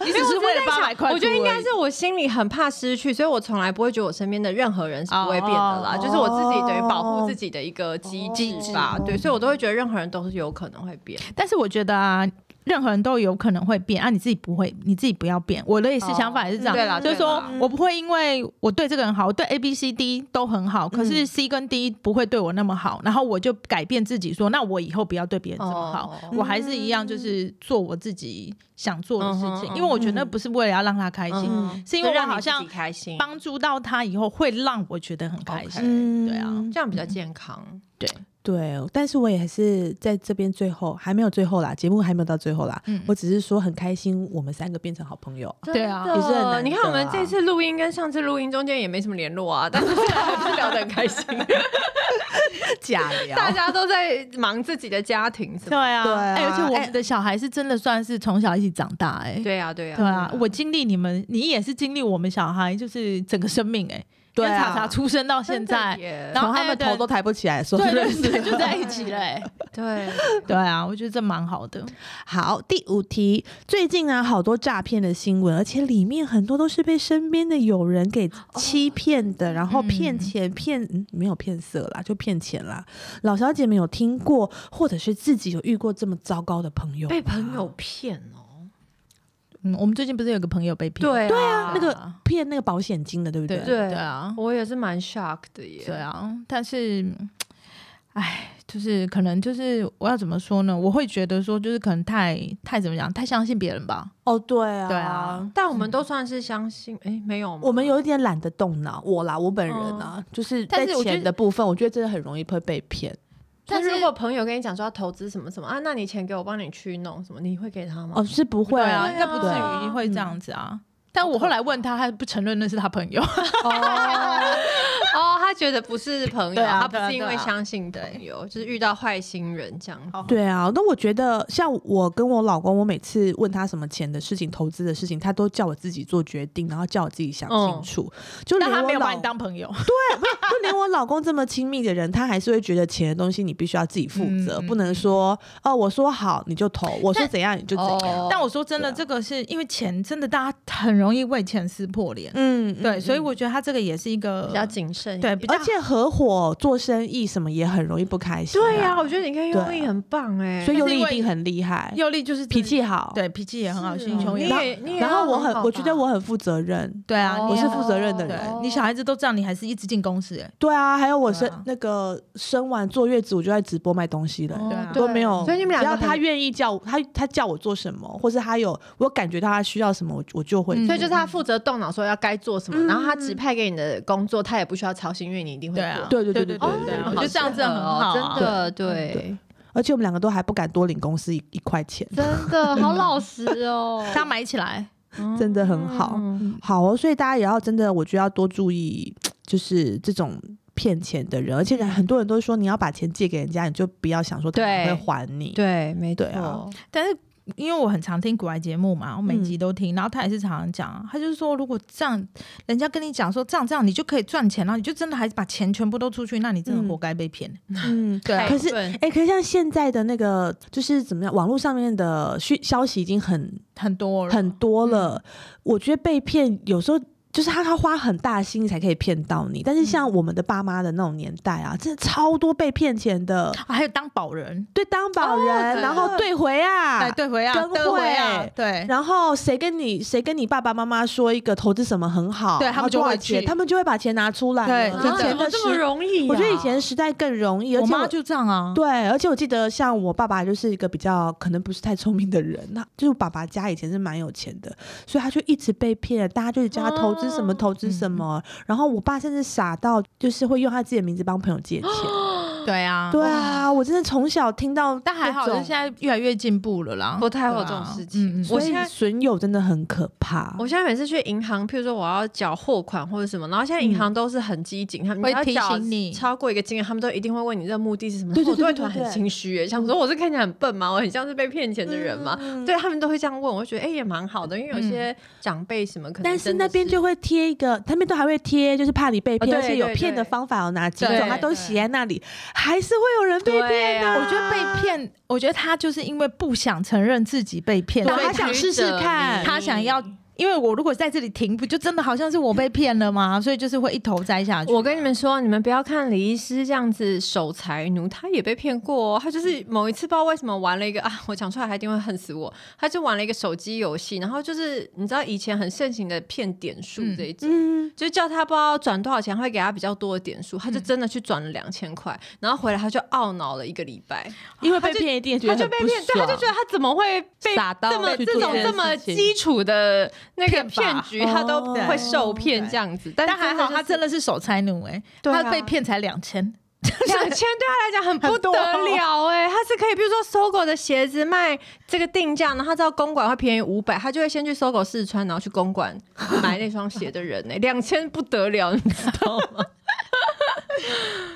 S3: 你
S2: 没
S3: 只
S2: 有
S3: 是
S2: 我
S3: 为
S2: 在
S3: 了八
S2: 想
S3: 百块，
S2: 我觉得应该是我心里很怕失去，所以我从来不会觉得我身边的任何人是不会变的啦，
S1: 哦
S2: 就是我自己等于保护自己的一
S3: 哦
S2: 个机制吧。对，所以我都会觉得任何人都是有可能会变。
S3: 但是我觉得啊，任何人都有可能会变啊，你自己不会，你自己不要变。我的也是
S2: 哦
S3: 想法也是这样，
S2: 对啦
S3: 就是
S2: 对啊
S3: 说
S2: 啦
S3: 我不会因为我对这个人好，我对 A、B、C、D 都很好，可
S2: 嗯
S3: 是 C 跟 D 不会对我那么好，然后我就改变自己说，那我以后不要对别人这么好，
S2: 哦
S3: 我还是一样就是做我自己想做的事
S2: 嗯
S3: 情，
S2: 哼
S3: 因为我觉得那不是为了要让他开心，
S2: 嗯
S3: 是因为
S2: 就
S3: 我
S2: 让你
S3: 好像
S2: 自己开心，
S3: 帮助到他以后会让我觉得很开心。
S1: 嗯
S3: 对啊
S2: 这样比较健康。
S3: 对，
S1: 对，但是我也是在这边最后还没有最后啦，节目还没有到最后啦，
S3: 嗯
S1: 我只是说很开心，我们三个变成好朋 友。
S3: 对啊
S2: 真的
S1: 也是很难得啊
S2: 你看我们这次录音跟上次录音中间也没什么联络啊，但是还是聊得很 开心。
S1: 假聊
S2: 大家都在忙自己的家庭什
S3: 对
S2: 么。
S3: 啊，
S1: 对啊
S3: 哎而且我们的小孩是真的算是从小一起长大、哎，
S2: 对啊，对啊，
S3: 对啊，我经历你们，你也是经历我们小孩，就是整个生命哎、欸，
S1: 对啊
S3: 跟查查出生到现在，
S2: 然
S3: 然
S2: 后
S1: 从
S3: 后
S1: 他们
S3: Adam-
S1: 头都抬不起来，说
S3: 哎对
S1: 认识
S3: 对对，就在一 起了、欸。
S2: 对，
S3: 对啊，我觉得这蛮好的。
S1: 好，第五题，最近啊，好多诈骗的新闻，而且里面很多都是被身边的友人给
S3: 哦
S1: 欺骗的，然后骗钱骗、嗯没有骗色啦，就骗钱啦。老小姐们有听过，或者是自己有遇过这么糟糕的朋友吗？
S2: 被朋友骗哦，
S3: 嗯，我们最近不是有个朋友被骗？
S2: 对对啊
S1: 那个骗那个保险金的，对不对？
S3: 对
S2: 对
S3: 对啊，
S2: 我也是蛮 shock 的耶。
S3: 对，啊，但是。哎，就是可能就是我要怎么说呢？我会觉得说，就是可能太太怎么讲，太相信别人吧。
S1: 哦，对啊，
S3: 对啊，
S2: 但我们都算是相信，哎，没有吗，
S1: 我们有一点懒得动脑，我啦，我本人啊，就是在
S3: 哦但是我觉得
S1: 钱的部分，我觉得真的很容易会被骗。
S2: 但
S3: 但是
S2: 如果朋友跟你讲说要投资什么什么啊，那你钱给我帮你去弄什么，你会给他吗？
S1: 哦，是不会
S3: 啊，
S2: 对
S3: 应
S2: 啊
S3: 该不至于会这样子啊。但我后来问他，他不承认那是他朋友。
S2: 哦，他觉得不是朋友，
S3: 对啊
S2: 他不
S3: 对啊
S2: 是因为
S3: 对啊
S2: 相信朋友，就是遇到坏心人这样。
S3: 好
S1: 对啊，那我觉得像我跟我老公，我每次问他什么钱的事情、投资的事情，他都叫我自己做决定，然后叫我自己想清楚。就连 我
S3: 但嗯他
S1: 老
S3: 没有把你当朋友。
S1: 就连我老公这么亲密的人，他还是会觉得钱的东西你必须要自己负责，
S3: 嗯
S1: 不能说哦，我说好你就投，我说
S3: 但
S1: 怎样你就怎样。
S2: 哦
S3: 但我说真的，
S1: 对啊
S3: 这个是因为钱，真的大家很容易为钱撕破脸。
S1: 嗯，嗯
S3: 对，所以
S1: 嗯
S3: 我觉得他这个也是一个
S1: 呃
S2: 比较谨慎一
S3: 对
S2: 点，
S3: 比较
S1: 而且合伙做生意什么也很容易不开心、
S2: 对啊呀，我觉得你可
S1: 对
S2: 以用力很棒哎，
S1: 所以尤
S3: 啊但
S1: 力
S3: 是因
S1: 一
S3: 为
S1: 定很厉害，
S3: 佑力就是
S1: 脾，气好，
S3: 对脾气也很好，
S2: 是
S3: 心
S2: 哦
S3: 胸也
S2: 你
S1: 嗯然
S3: 好
S1: 后
S2: 也你也
S1: 然后
S2: 要
S1: 我很
S2: 好，
S1: 我觉
S2: 吧
S1: 得我很负责任。
S3: 对啊，
S2: 哦
S3: 你
S1: 我
S3: 也
S1: 是
S3: 好
S1: 负责任的
S3: 对
S1: 人
S3: 你小孩子都这样，你还是一直进公司哎，
S1: 对啊，还有我
S3: 对
S1: 生、
S3: 啊
S1: 那个生完坐月子，我就在直播卖东西了、
S3: 哦对啊
S1: 都没有。
S2: 所以你们
S1: 只
S2: 两
S1: 要
S2: 个
S1: 他
S2: 很，
S1: 愿意叫我，他他叫我做什么，或是他有我感觉到他需要什么，我我就会。
S3: 嗯
S2: 所以就是他负责动脑说要该做什么，然后他指派给你的工作，他也不需要操心，因为你一定会哦
S3: 对啊
S2: 做，。
S1: 嗯对对
S3: 对
S1: 对
S3: 对
S1: 对
S3: 对
S1: 对
S3: 对，
S1: 对
S3: 我
S1: 对
S3: 觉得这样真的很好啊，
S2: 哦真的对
S1: 对，而且我们两个都还不敢多领公司一一块钱，
S2: 真 的好老实哦
S3: 大家买起来，
S1: 真的很好。
S3: 嗯
S1: 好哦，所以大家也要真的，我觉得要多注意，就是这种骗钱的人，而且很多人都说你要把钱借给人家，你就不要想说他
S2: 对
S1: 会还你。
S2: 对，没
S1: 对
S2: 错，
S1: 啊
S3: 但是。因为我很常听古玩节目嘛，我每集都听，然后他也是常常讲啊，他就是说，如果这样，人家跟你讲说这样这样，你就可以赚钱，然后你就真的还把钱全部都出去，那你真的
S1: 嗯
S3: 活该被骗。
S1: 嗯，
S3: 对啊
S1: 可是
S2: 对
S1: 哎、可是像现在的那个，就是怎么样，网络上面的讯消息已经很
S3: 很多了嗯
S1: 很多了。我觉得被骗有时候就是他他花很大心才可以骗到你，但是像我们的爸妈的那种年代
S3: 嗯
S1: 啊，真的超多被骗钱的，
S3: 啊还有当保人，
S1: 对当保人，
S2: 真
S1: 然后
S2: 的
S1: 对回啊，
S3: 哦哎，对回啊，
S1: 跟
S3: 对回啊
S1: 会，
S3: 对，
S1: 然后谁跟你谁跟你爸爸妈妈说一个投资什么很好，
S3: 对
S1: 然
S3: 他们
S1: 后
S3: 就
S1: 多少
S3: 会
S1: 钱
S3: 去
S1: 他们就会把钱拿出来了。
S3: 对
S1: 以前
S3: 真
S1: 的
S2: 的
S1: 时
S2: 这么容易啊，
S1: 我觉得以前时代更容易，而
S3: 我
S1: 且
S3: 妈
S1: 我
S3: 就这样啊，
S1: 对，而且我记得像我爸爸就是一个比较可能不是太聪明的人，那就是我爸爸家以前是蛮有钱的，所以他就一直被骗，大家就是叫他投资什么、
S2: 哦
S1: 投资什么，然后我爸甚至傻到就是会用他自己的名字帮朋友 借钱。
S3: 对啊，
S1: 对啊，我真的从小听到这种，
S3: 但还好，就是现在越来越进步了啦，
S2: 不太会有
S3: 对啊
S2: 这种事情
S3: 嗯嗯
S2: 我
S1: 所以
S2: 现在
S1: 损友真的很可怕。
S2: 我现在每次去银行，譬如说我要缴货款或者什么，然后现在银
S1: 嗯
S2: 行都是很机警，他们
S3: 会
S2: 你要
S3: 提
S2: 缴
S3: 醒你
S2: 超过一个金额，他们都一定会问你这个目的是什么。
S1: 对对
S2: 我都
S1: 对
S2: 会
S1: 对
S2: 突然
S1: 对
S2: 很
S1: 对
S2: 心虚耶，想说我是看起来很笨吗？我很像是被骗钱的人吗？
S1: 嗯
S2: 对他们都会这样问，我就觉得哎、也蛮好的，因为有些长辈什么可能
S1: 但是
S2: 真的
S1: 那边就会贴一个，他们都还会贴，就是怕你被骗，
S2: 哦对
S1: 而且有
S2: 对
S1: 骗的
S2: 对
S1: 方法有哪几
S3: 对
S1: 种，他都
S2: 对
S1: 写在那里，还是会有人被
S2: 对
S1: 骗的、
S2: 啊
S3: 我觉得被骗，
S2: 啊
S3: 我觉得他就是因为不想承认自己被骗，
S1: 对
S3: 所以
S1: 他想试试看
S3: 他想要因为我如果在这里停，不就真的好像是我被骗了吗？所以就是会一头栽下去。
S2: 我跟你们说，你们不要看李医师这样子守财奴，他也被骗过、哦。他就是某一次不知道为什么玩了一个啊，我讲出来他一定会恨死我。他就玩了一个手机游戏，然后就是你知道以前很盛行的骗点数这一种，嗯、就叫他不知道转多少钱会给他比较多的点数，他就真的去转了两千块，然后回来他就懊恼了一个礼拜，
S3: 因为被骗一定
S2: 他就被骗，对，他就觉得他怎么会被这么这种这么基础的。那个骗局他都会受骗这样子，
S3: 但还好他真的是守财奴哎，
S2: 啊
S3: 他被骗才两千，
S2: 两千对他来讲很不得了哎，他是可以比如说搜狗的鞋子卖这个定价，然后他知道公馆会便宜五百，他就会先去搜狗试穿，然后去公馆 买那双鞋的人哎，两千不得了，你知道吗？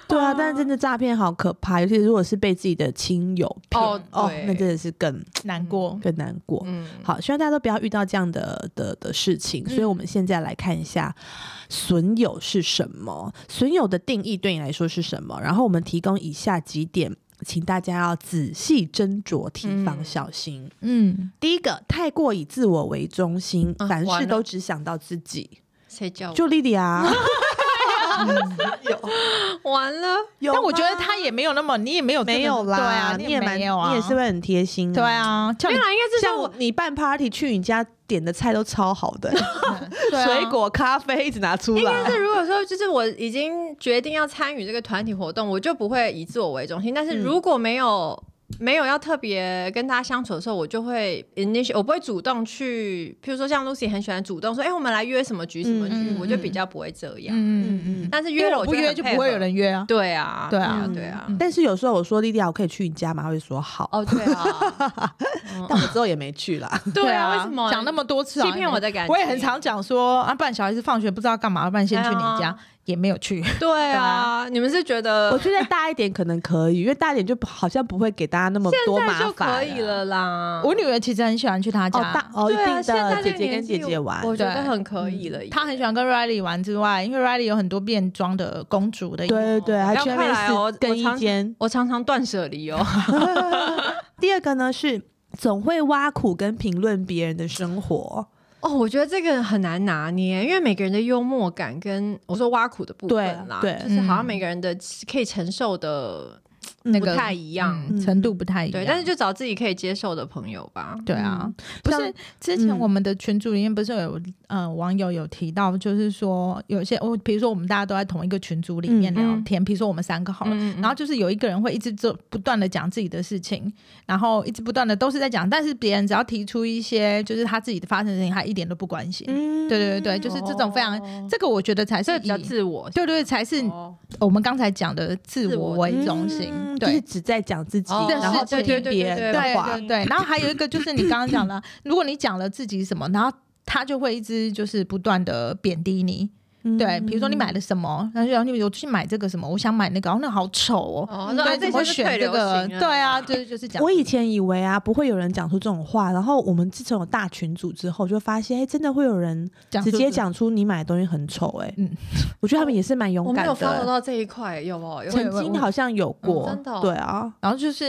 S1: 对
S2: 哦
S1: 啊，但是真的诈骗好可怕，尤其如果是被自己的亲友骗
S2: 哦，
S1: 哦那真的是更
S3: 难过，
S1: 更难过。嗯，好，希望大家都不要遇到这样的的的事情。所以
S2: 嗯
S1: 我们现在来看一下损友是什么，损友的定义对你来说是什么？然后我们提供以下几点，请大家要仔细斟酌、提防、小心。
S3: 嗯，
S1: 第一个，太过以自我为中心，
S2: 啊
S1: 凡事都只想到自己。
S2: 谁叫我？
S1: 就莉莉 啊。
S2: 有完了，
S3: 但我觉得他也没有那么，你也没有
S1: 没有啦，
S3: 对啊，
S1: 你
S3: 也
S1: 蛮，
S3: 你也
S1: 是会很贴心，
S3: 对啊，
S2: 嗯没有啦，应该是
S1: 像你办 party 去你家点的菜都超好的，
S3: 啊
S1: 水果、咖啡一直拿出啊来。应
S2: 该是如果说就是我已经决定要参与这个团体活动，我就不会以自我为中心，但是如果没有。没有要特别跟大家相处的时候，我就会 initiate，我不会主动去，譬如说像 Lucy 很喜欢主动说，哎、欸，我们来约什么局什么局，嗯、我就比较不会这样。嗯嗯嗯。但是约了我
S3: 不约就不会有人约啊。
S2: 对啊，
S3: 对啊，
S2: 对啊。
S1: 嗯但是有时候我说莉啊莉娅，我可以去你家吗？她会说好。
S2: 哦，对啊。
S1: 但我之后也没去啦。
S2: 对啊，为什么
S3: 讲那么多次
S2: 欺骗我的感
S3: 啊
S2: 觉？
S3: 我也很常讲说啊，不然小孩子放学不知道干嘛，不然先去你家。啊也没有
S2: 嗯
S3: 去，
S2: 对啊，你们是觉得？
S1: 我觉 得大一点可能可以，因为大一点就好像不会给大家那么多
S3: 啊
S1: 麻啊
S2: 烦，就可以了啦。
S3: 我女儿其实很喜欢去她家，
S1: 哦，大
S2: 啊
S1: 哦，一定的，姐姐跟姐姐玩，
S2: 我觉得很可以了。
S3: 她嗯很喜欢跟 Riley 玩之外，因为 Riley 有很多变装的公主的，
S1: 对对对，还去那边更衣间，
S2: 我常常断舍 离哦。
S1: 第二个呢是总会挖苦跟评论别人的生活。
S2: 哦，我觉得这个很难拿捏，因为每个人的幽默感跟我说挖苦的部分啦，
S1: 对，对
S2: 就是
S3: 嗯
S2: 好像每个人的可以承受的那个不太一样，
S3: 嗯、程度不太一样。
S2: 对，但是就找自己可以接受的朋友吧。
S3: 对啊，不是之前我们的群组里面不是有呃网友有提到，就是说有些我比如说我们大家都在同一个群组里面聊天，比、嗯、如说我们三个好了，嗯然后就是有一个人会一直就不断的讲自己的事情，然后一直不断的都是在讲，但是别人只要提出一些就是他自己的发生事情，他一点都不关心。嗯，对对对对，就是这种非常、哦、这个我觉得才是
S2: 比较自哦我，
S3: 对对才是我们刚才讲的自我为中
S1: 嗯
S3: 心。哦
S1: 就是只在讲自己，然后不听别人的话。
S3: 对，然后还有一个就是你刚刚讲了，如果你讲了自己什么，然后他就会一直就是不断的贬低你。
S1: 嗯
S3: 对，比如说你买了什么，然后然后你我去买这个什么，我想买那个，然后那好丑哦，
S2: 嗯
S3: 对，怎么选这个？对啊，就是就是讲。
S1: 我以前以为啊，不会有人讲出这种话，然后我们自从有大群组之后，就发现哎，真的会有人直接讲出你买的东西很丑哎。嗯，我觉得他们也是蛮勇敢的。
S2: 我没有 follow 到这一块，有没有？
S1: 曾经好像有
S3: 嗯
S1: 过，
S2: 真的。
S1: 对啊，
S3: 然后就是，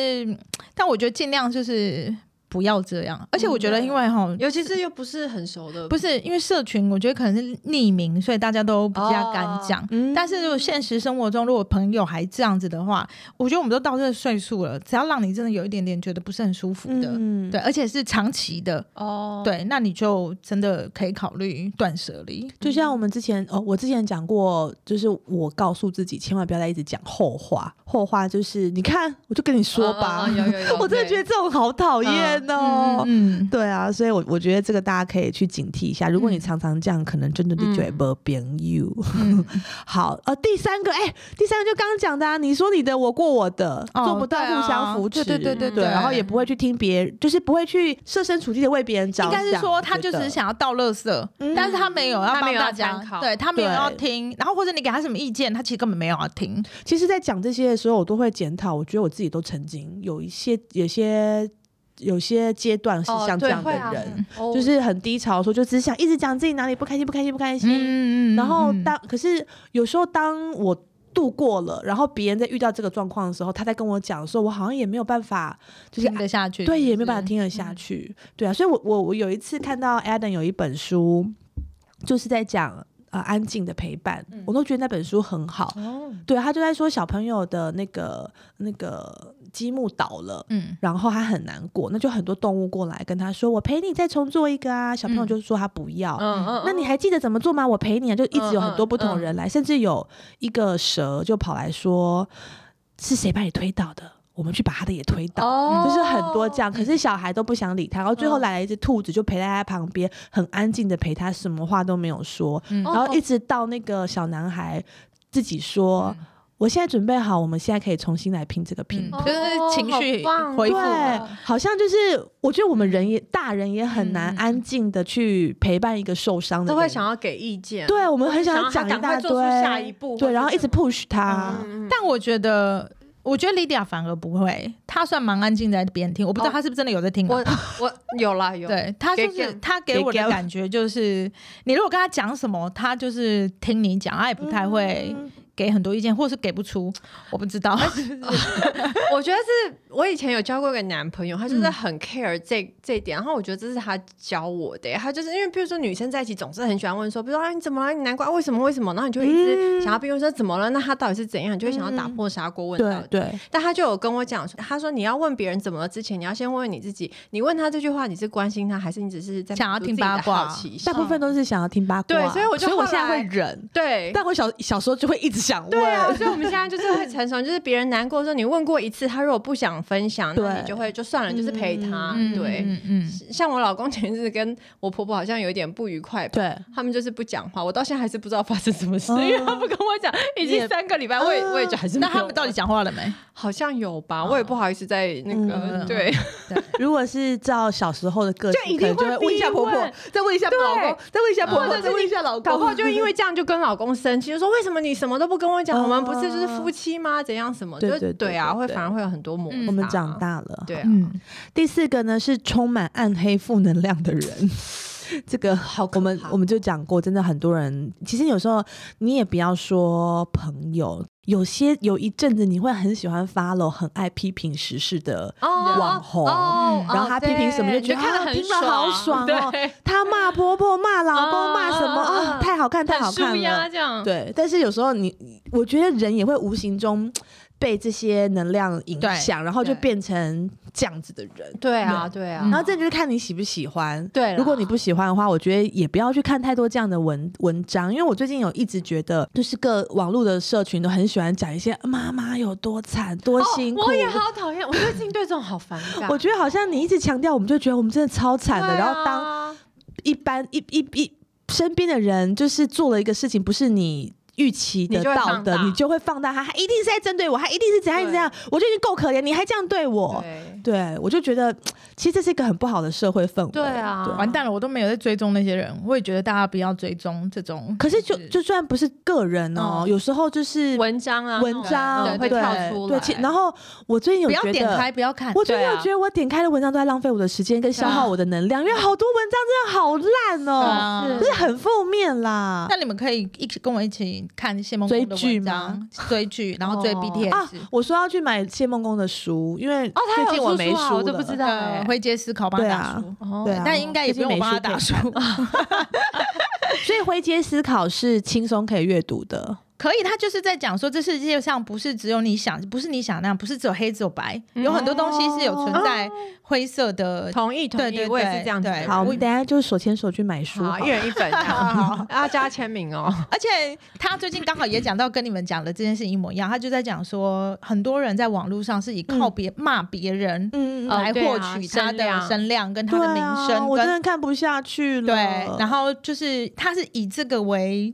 S3: 但我觉得尽量就是。不要这样，而且我觉得，因为哈，
S2: 尤其是又不是很熟的，
S3: 不是因为社群，我觉得可能是匿名，所以大家都比较敢讲。哦嗯、但是如果现实生活中，如果朋友还这样子的话，我觉得我们都到这个岁数了，只要让你真的有一点点觉得不是很舒服的，嗯、对，而且是长期的哦，对，那你就真的可以考虑断舍离。
S1: 就像我们之前哦，我之前讲过，就是我告诉自己，千万不要再一直讲后话，后话就是你看，我就跟你说吧，
S3: 嗯
S2: 哦哦有有有
S1: 我真的觉得这种好讨厌。哦、嗯，嗯，对啊，所以我，我我觉得这个大家可以去警惕一下。如果
S3: 嗯
S1: 你常常这样，可能真的就觉得朋友。嗯、好，呃，第三个，哎、欸，第三个就刚刚讲的，啊，你说你的，我过我的，哦、做不到互相扶持，
S3: 对对对
S1: 对，然后也不会去听别人，就是不会去设身处地的为别人着想。
S3: 应该是说，他就只是想要倒垃圾，嗯、但是他没有要帮大家，
S2: 他
S3: 对他没有要听，然后或者你给他什么意见，他其实根本没有要听。
S1: 其实，在讲这些的时候，我都会检讨，我觉得我自己都曾经有一些有些。有些阶段
S3: 哦
S2: 哦
S1: 是像这样的
S2: 嗯
S1: 人，哦啊、就是很低潮，说就只想一嗯
S3: 嗯
S1: 直讲自己哪里不开心、不开心、不开心。嗯嗯嗯然后当可是有时候，当我度过了，然后别人在遇到这个状况的时候，他在跟我讲说，我好像也没有办法，就是啊
S3: 听得下去，
S1: 对，
S3: 是不
S1: 也
S3: 是
S1: 没有办法听得下去，对啊，所以我我我有一次看到 Adam 有一本书，就是在讲呃安静的陪伴，我都觉得那本书很好，
S3: 嗯
S5: 哦，
S1: 对他就在说小朋友的那个那个积木倒了。
S3: 嗯，
S1: 然后他很难过，那就很多动物过来跟他说：“我陪你再重做一个啊。”小朋友
S3: 嗯
S1: 就说他不要，
S2: 嗯嗯
S1: 那你还记得怎么做吗？我陪你啊！就一直有很多不同
S2: 嗯嗯嗯
S1: 人来，甚至有一个蛇就跑来说：“是谁把你推倒的？我们去把他的也推倒。
S2: 哦
S1: 就是很多这样，可
S3: 嗯
S1: 是小孩都不想理他，然后最后来了一只兔子，就陪在他旁边，很安静的陪他，什么话都没有说，
S3: 嗯
S2: 哦
S1: 然后一直到那个小男孩自己说：“
S3: 嗯
S1: 我现在准备好，我们现在可以重新来拼这个拼
S3: 嗯
S1: 图。
S2: 哦
S3: 就是情绪
S2: 好棒
S3: 回复
S1: 对
S3: 了，
S1: 好像就是我觉得我们人也大人也很难
S3: 嗯嗯
S1: 安静的去陪伴一个受伤的
S2: 都
S1: 人，
S2: 会想要给意见，
S1: 对，我们很
S2: 想
S1: 想要
S2: 他
S1: 讲一
S2: 赶
S1: 大
S2: 快
S1: 堆，
S2: 做出下一步，
S1: 对，然后一直啊
S2: 碰。
S1: push 他，
S2: 嗯嗯
S3: 但我觉得。我觉得 Lydia 反而不会，她算蛮安静在边听，我不知道
S2: 哦
S3: 她是不是真的有在听、啊
S2: 我我有啦有，
S3: 对，她
S2: 给
S3: 就是
S2: 给
S3: 她给我的感觉就是，你如果跟她讲什么，她就是听你讲，她也不太会
S1: 嗯
S3: 给很多意见，或是给不出，我不知道。
S2: 我觉得是我以前有交过一个男朋友，他
S1: 嗯
S2: 就是很 care 这、这一点，然后我觉得这是他教我的耶，他就是因为比如说女生在一起总是很喜欢问说，比如说啊你怎么了，你难怪为什么为什么，然后你就会一
S1: 嗯
S2: 直想要，比如说怎么了，那他到底是怎样，你就会想要打破砂锅问到
S1: 对
S2: 底。
S1: 对，
S2: 但他就有跟我讲，他说你要问别人怎么了之前，你要先问问你自己，你问他这句话，你是关心他，还是你只是在
S3: 想要
S2: 满足
S3: 听
S2: 自己的
S3: 八卦
S2: 好奇心
S1: 大部分都是想要听八卦，
S2: 对所以我就
S1: 所以我
S2: 后
S1: 现在
S2: 来
S1: 会忍，
S2: 对，啊
S1: 但我小小时候就会一直想问，
S2: 对啊，所以我们现在就是会成熟，就是别人难过的时候，你问过一次，他如果不想分享，那
S1: 对
S2: 你就会就算了，就是陪他。
S1: 嗯
S2: 对，
S3: 嗯嗯，
S2: 像我老公前日跟我婆婆好像有一点不愉快吧。
S1: 对
S2: 他们就是不讲话，我到现在还是不知道发生什么事，
S1: 嗯
S2: 因为他不跟我讲，已经三个礼拜，我也我也觉得还是没
S3: 那
S2: 有
S3: 他们到底讲话了没？
S2: 好像有吧，我也不好意思在那个、
S3: 嗯
S2: 对，
S1: 如果是照小时候的个性，
S2: 就一
S1: 可
S2: 定
S1: 能就会
S2: 会
S1: 问一下
S2: 逼
S1: 婆婆
S2: 问，
S1: 再问一下老公，再问一下婆
S2: 或
S1: 婆，
S2: 者
S1: 再
S2: 是
S1: 问一下老
S2: 搞不好
S1: 公，
S2: 就因为这样就跟老公生气，就说为什么你什么都不跟我讲，
S1: 嗯
S2: 我们不是就是夫妻吗？怎样什么？
S1: 对
S2: 就是
S1: 对对
S2: 对啊，
S1: 对
S2: 会
S1: 对
S2: 反而会有很多摩擦。
S3: 嗯
S1: 我们长，大了，
S2: 对啊，
S3: 嗯，
S1: 第四个呢是充满暗黑负能量的 人。这个好，我们我们就讲过，真的很多人，其实有时候你也不要说朋友，有些有一阵子你会很喜欢 follow 很爱批评时事的
S2: 哦
S1: 网红
S2: 哦
S1: 然后他批评什么就
S2: 对
S1: 觉得
S2: 你看
S1: 啊
S2: 得很
S1: 听了好爽哦
S2: 对，
S1: 她骂婆婆、骂老公、
S2: 嗯
S1: 骂什么
S2: 嗯嗯
S1: 啊，
S2: 嗯
S1: 太好看，太好
S2: 很
S1: 看
S2: 舒压
S1: 了。
S2: 这样，
S1: 对，但是有时候你，我觉得人也会无形中被这些能量影
S3: 对
S1: 响，然后就
S2: 对
S1: 变成这样子的人。
S2: 对啊，对啊
S3: 嗯，
S1: 然后这就是看你喜不喜欢。
S2: 对啦
S1: 如果你不喜欢的话，我觉得也不要去看太多这样的文文章，因为我最近有一直觉得，就是各网络的社群都很喜欢讲一些妈妈有多惨、多辛苦。
S2: 哦我也好讨厌，我最近对这种好反感。
S1: 我觉得好像你一直强调，我们就觉得我们真的超惨的。
S2: 对啊
S1: 然后当一般一一一身边的人就是做了一个事情，不是你。预期得
S2: 你就会
S1: 到
S2: 放
S1: 的，
S2: 大
S1: 你就会放大他，他一定是在针对我，他一定是怎样
S2: 对
S1: 怎样，我就已经够可怜，你还这样对我，
S2: 对
S1: 对我就觉得，其实这是一个很不好的社会氛围。
S2: 对啊
S1: 对
S3: 完蛋了，我都没有在追踪那些人，我也觉得大家不要追踪这种。
S1: 可是就就算不是个人哦，
S3: 嗯
S1: 有时候就是
S2: 文章啊，
S1: 文章
S2: 那种
S1: 对
S2: 会跳出
S1: 对，
S2: 来，
S1: 其然后我最近有
S3: 不要
S1: 觉
S3: 点
S1: 得。
S3: 开，不要看。
S1: 我最近
S3: 对
S1: 有
S3: 啊
S1: 觉得我点开的文章都在浪费我的时间跟消耗我的能量，因为好多文章真的好
S3: 对
S1: 烂哦，
S3: 啊
S2: 是
S1: 就是很负面啦
S3: 那。你们可以一起跟我一起看谢梦
S1: 追剧吗？
S3: 追剧，然后追
S2: 哦
S3: BTS。
S1: 啊，我说要去买谢梦工的书，因为
S2: 哦他
S1: 最
S2: 有
S1: 近我
S2: 出
S1: 没
S2: 书啊我都
S1: 了
S2: 不知道
S3: 呃，灰阶思考帮
S1: 对
S3: 他
S1: 啊
S3: 打书，
S2: 哦
S1: 对啊
S3: 但应该也不用我帮他打书
S1: 最。 所以灰阶思考是轻松可以阅读的，
S3: 可以，他就是在讲说，这世界上不是只有你想，不是你想那样，不是只有黑只有白，
S2: 嗯
S3: 有很多东西是有存
S2: 哦
S3: 在灰色的。
S2: 同意同
S3: 对
S2: 意，
S3: 对
S2: 我也是这样子的
S3: 对
S2: 人。
S1: 好，我
S3: 我
S1: 们等一下就手牵手去买书
S2: 好，
S1: 好
S2: 一
S1: 了，
S2: 人一 本这样，要加签名哦。
S3: 而且他最近刚好也讲到跟你们讲的这件事一模一样，他就在讲说，很多人在网络上是以
S1: 嗯
S3: 靠别骂别人
S1: 嗯嗯嗯
S2: 呃
S3: 来
S2: 对
S3: 获
S2: 啊
S3: 取
S2: 声
S3: 他的
S2: 量
S3: 声量跟他
S1: 对
S3: 的名
S1: 啊，
S3: 声
S1: 我真
S3: 跟
S1: 的看不下去了。
S3: 对，然后就是他是以这个为，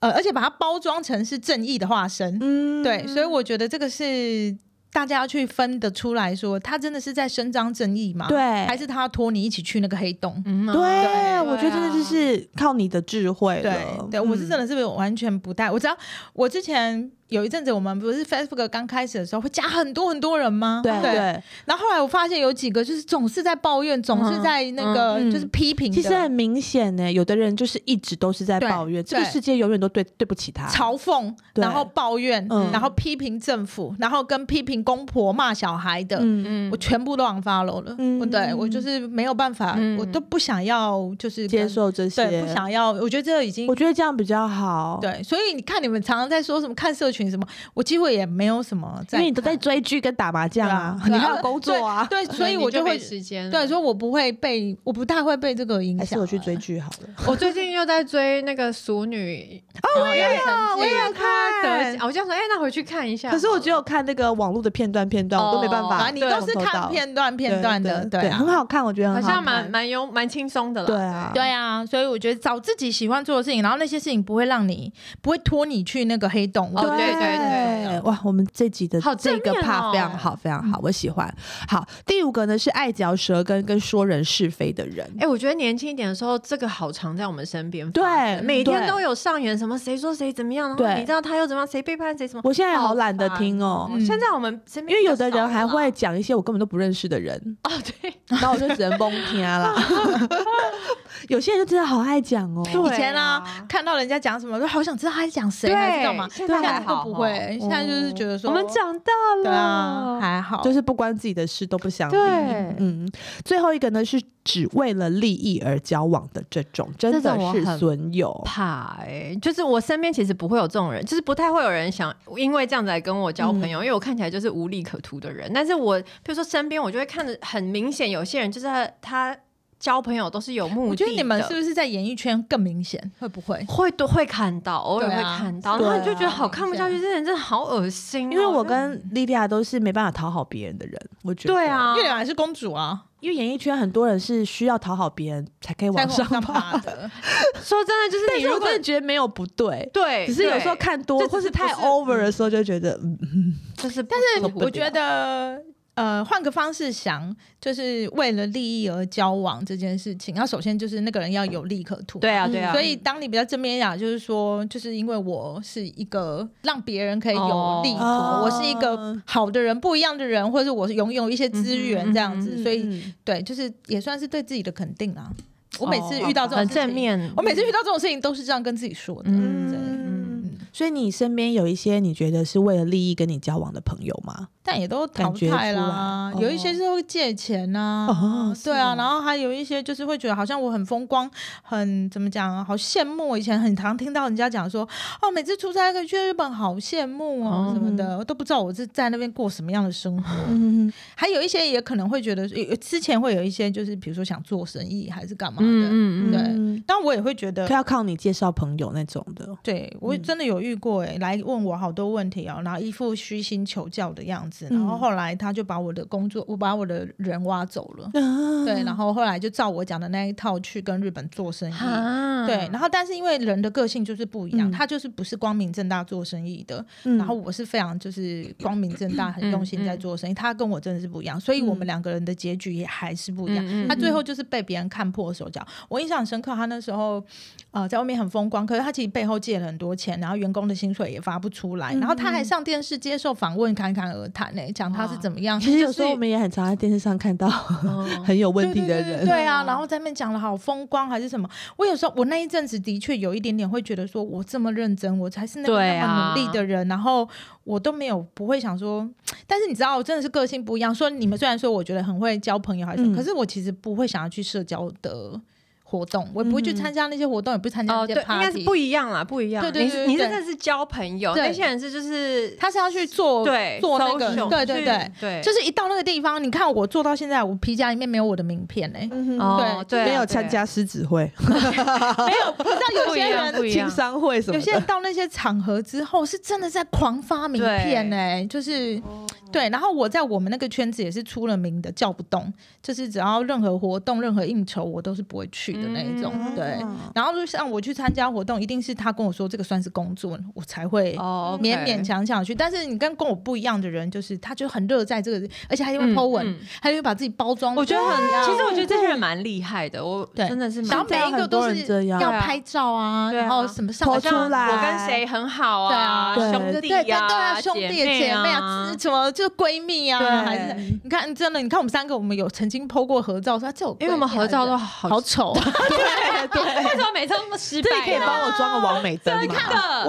S3: 呃，而且把它包装成是正义的化身，
S1: 嗯
S3: 对，所以我觉得这个是大家要去分得出来说，他真的是在伸张正义吗？
S1: 对，，
S3: 还是他要拖你一起去那个黑洞？
S2: 嗯
S1: 对，
S3: 对
S1: 我觉得真的
S2: 啊
S1: 就是靠你的智慧嗯
S3: 对
S1: 了。
S3: 对，我是真
S1: 的，
S3: 的是完全不带，我知道我之前有一阵子我们不是 Facebook 刚开始的时候会加很多很多人吗？
S1: 对对。
S3: 然后后来我发现有几个就是总是在抱怨，总是在那个
S1: 嗯
S3: 就是批评的，
S1: 其实很明显呢，有的人就是一直都是在抱怨，
S3: 对
S1: 这个
S3: 对
S1: 世界永远都对对不起他。
S3: 嘲讽，
S1: 对
S3: 然后抱怨，
S1: 嗯
S3: 然后批评政府，然后跟批评公婆骂小孩的，
S1: 嗯，
S2: 嗯
S3: 我全部都 unfollow 了。
S1: 嗯
S3: 我对我就是没有办法，
S2: 嗯
S3: 我都不想要，就是
S1: 接
S3: 跟，
S1: 受这些，
S3: 对，不想要。我觉得这已经
S1: 我觉得这样比较好。，
S3: 对，所以你看你们常常在说什么看社群什么，我几乎也没有什么在
S1: 因
S3: 看，
S1: 为你都在追剧跟打麻将啊，
S3: 对
S1: 你
S3: 啊
S1: 还有工作啊，
S3: 对，
S2: 嗯
S3: 所以我
S2: 就
S3: 会
S2: 被时间
S3: 对，所以我不会被，我不太会被这个影
S1: 还
S3: 响。啊
S1: 是我去追剧好了。
S2: 我最近又在追那个《熟女》哦，我也
S1: 啊
S2: 有，我也有看。我就想说，哎，那回去看一下。
S1: 可是我只有看那个网络的片段片段，我都没办
S2: 哦
S1: 法
S3: 啊，
S1: 从
S3: 你
S1: 头到
S3: 都
S1: 尾。
S3: 是看片段片段的，
S1: 对，
S3: 对啊
S1: 很好看，我觉得
S2: 好
S1: 很
S2: 像
S1: 看
S2: 蛮蛮幽蛮轻松的啦。
S1: 对啊
S3: 对啊，所以我觉得找自己喜欢做的事情，然后那些事情不会让你不会拖你去那个黑洞。我
S2: 哦对对对
S1: 对，哇，我们这集的
S2: 好
S1: 这
S2: 正
S1: 个
S2: 面
S1: 怕
S2: 哦
S1: 非常好，非常好，我喜欢。好，第五个呢是爱嚼舌根跟说人是非的人。
S2: 哎、我觉得年轻一点的时候，这个好常在我们身边发
S1: 对
S2: 生，每天
S1: 对
S2: 都有上演什么谁说谁怎么样，然后
S1: 对
S2: 你知道他又怎么样，谁背叛谁什么。
S1: 我现在好懒得听哦，
S2: 哦现在我们身
S1: 因
S2: 边
S1: 为
S2: 比较
S1: 有的
S2: 少
S1: 人
S2: 了
S1: 还
S2: 啦
S1: 会讲一些我根本都不认识的人，
S2: 哦， 对，
S1: 然后我就只能崩天啦。 有些人就真的好爱讲哦，
S2: 对
S3: 以前啊
S2: 啊，
S3: 看到人家讲什么，就好想知道他在讲谁，
S2: 对
S3: 还知道吗？
S2: 现在还
S3: 都
S2: 好
S3: 不会，现在就是觉得说
S2: 我们长大
S3: 对
S2: 了，
S3: 啊，还好，
S1: 就是不关自己的事都不想理。
S3: 啊哦
S2: 对
S1: 嗯，最后一个呢是只为了利益而交往的这种，真
S2: 这
S1: 的
S2: 种我
S1: 是
S2: 很
S1: 损友。
S2: 怕哎、就是我身边其实不会有这种人，就是不太会有人想因为这样子来跟我交
S3: 嗯
S2: 朋友，因为我看起来就是无利可图的人。但是我比如说身边，我就会看着很明显，有些人就是他他交朋友都是有目的的。
S3: 我觉得你们是不是在演艺圈更明显？会不会？
S2: 会都会看到，偶尔
S3: 对
S2: 会
S3: 啊
S2: 看到，
S1: 对
S2: 然后你就觉得
S3: 啊
S2: 好看不下去，这人真的好恶心哦、
S1: 因为我跟莉莉亚都是没办法讨好别人的人，我觉得。
S2: 对，啊
S3: 因为，你们还是公主啊，
S1: 因为演艺圈很多人是需要讨好别人才可以
S3: 在
S1: 往
S3: 往上
S1: 上爬。
S3: 爬的。
S2: 说真的，就是
S1: 但
S2: 你
S1: 是
S2: 如
S1: 我
S2: 果
S1: 真的觉得没有不对，
S2: 对，
S1: 只是有时候
S2: 对
S1: 看多
S2: 这只
S1: 或
S2: 是
S1: 是太
S2: 不是
S1: over 的时候，就觉得嗯，
S2: 就是不，
S3: 但
S2: 受
S3: 是
S2: 不
S3: 我
S2: 了
S3: 觉得，呃，换个方式想，就是为了利益而交往这件事情，那首先就是那个人要有利可图。
S2: 对啊对
S3: 嗯
S2: 啊，
S3: 所以，当你比较正面一点，就是说，就是因为我是一个让别人可以有
S2: 哦
S3: 利图，
S1: 哦
S3: 我是一个好的人、不一样的人，或者是我是拥有一些资源这样子，
S1: 嗯
S3: 所以
S1: 嗯
S3: 对，就是也算是对自己的肯定啦。我每次
S1: 哦
S3: 遇到这种
S2: 很
S3: 事情
S2: 正，面，
S3: 我每次遇到这种事情都是这样跟自己说的。
S2: 嗯
S3: 对
S1: 嗯，所以你身边有一些你觉得是为了利益跟你交往的朋友吗？
S3: 但也都淘汰啦
S1: 感觉出来。
S3: 有一些是会借钱呐、
S1: 哦是
S3: 对啊，
S1: 哦
S3: 然后还有一些就是会觉得好像我很风光，很怎么讲啊，好羡慕。我以前很常听到人家讲说，哦，每次出差可以去日本，好羡慕哦
S2: 哦
S3: 什么的，我都不知道我是在那边过什么样的生活。
S1: 嗯，
S3: 还有一些也可能会觉得，有有之前会有一些就是比如说想做生意还是干嘛的，
S2: 嗯嗯嗯，
S3: 对但我也会觉得
S1: 他。要靠你介绍朋友那种的。
S3: 对，
S1: 嗯
S3: 我真的有遇过哎、来问我好多问题哦、然后一副虚心求教的样子，然后
S1: 嗯
S3: 后来他就把我的工作，我把我的人挖走了，对，
S1: 后
S3: 然后后来就照我讲的那一套去跟日本做生意，
S2: 啊
S3: 对，然后但是因为人的个性就是不一样，
S1: 嗯
S3: 他就是不是光明正大做生意的，然后我是非常就是光明正大、
S1: 嗯
S3: 很用心在做生意，他跟我真的是不一样，所以我们两个人的结局也还是不一样。
S2: 嗯嗯
S3: 他最后就是被别人看破手脚。我印象很深刻，他那时候呃在外面很风光，可是他其实背后借了很多钱，然后员工的薪水也发不出来，然后他还上电视接受访问，侃侃而谈呢、欸讲他是怎么样。
S1: 其实有
S3: 就是
S1: 时候我们也很常在电视上看到
S2: 嗯
S1: 很有问题的
S3: 对对
S1: 人
S3: 对，对啊， 然后在那边讲了好风光还是什么，我有时候我那一阵子的确有一点点会觉得说，我这么认真，我才是那个
S2: 对
S3: 那么
S2: 啊
S3: 努力的人，然后我都没有不会想说，但是你知道，我真的是个性不一样。说你们虽然说我觉得很会交朋友还是什么，
S1: 嗯
S3: 可是我其实不会想要去社交的活动，我也不会去参加那些活动，也不参加嗯那
S2: 哦，
S3: 些
S2: 对，应该是
S3: party，、
S2: 不一样啦，不一样。
S3: 对对
S2: 你
S3: 对
S2: 是
S3: 对
S2: 你是
S3: 对
S2: 那是交朋友，
S3: 对
S2: 那些人是就是
S3: 他是要去做
S2: 对
S3: 做那个
S2: social，
S3: 对对
S2: 去
S3: 对。
S2: 对，
S3: 就是一到那个地方，你看我做到现在，我皮夹里面没有我的名片欸嘞、
S1: 嗯哼
S2: 哦
S3: 对
S2: 对啊，
S1: 没有
S2: 对
S1: 参
S2: 啊
S1: 加狮子会、
S3: 没有，不知道有
S2: 不一
S3: 些
S2: 样
S3: 人
S2: 不一样
S1: 青商会什么的
S3: 有欸
S2: 哦
S3: 些。人到那些场合之后，是真的在狂发名片呢、就是对，然后我在我们那个圈子也是出了名的叫不动，就是只要任何活动、任何应酬，我都是不会去的那一种。
S2: 嗯
S3: 对，然后就像我去参加活动，一定是他跟我说这个算是工作，我才会
S2: 哦
S3: 勉勉强强去。但是你跟跟我不一样的人，就是他就很热在这个，而且他就会 po 文，
S2: 嗯嗯
S3: 他就会把自己包装。
S2: 我觉得很，其实我觉得这些
S3: 对
S2: 人蛮厉害的，我
S3: 对
S2: 真的是
S3: 然
S2: 蛮
S3: 后每一个都
S1: 现在很多人这
S3: 是
S1: 样
S3: 要拍照啊，
S2: 对啊
S3: 然后什么上
S1: po
S3: 传
S1: 出来
S2: 我跟谁很好啊，
S1: 对啊
S2: 兄弟
S3: 对对对
S2: 呀、
S3: 啊，兄弟姐妹啊，
S2: 啊
S3: 是。什么就闺蜜
S2: 对
S3: 啊，还是你看真的，你看我们三个，我们有曾经 PO 过合照，说啊这我闺蜜啊，
S2: 因为我们合照都好
S3: 好丑啊，
S2: 对对，为什么每次都那么失败
S1: 这
S2: 呢？
S1: 里可以帮我装个王美灯吗？
S2: 的，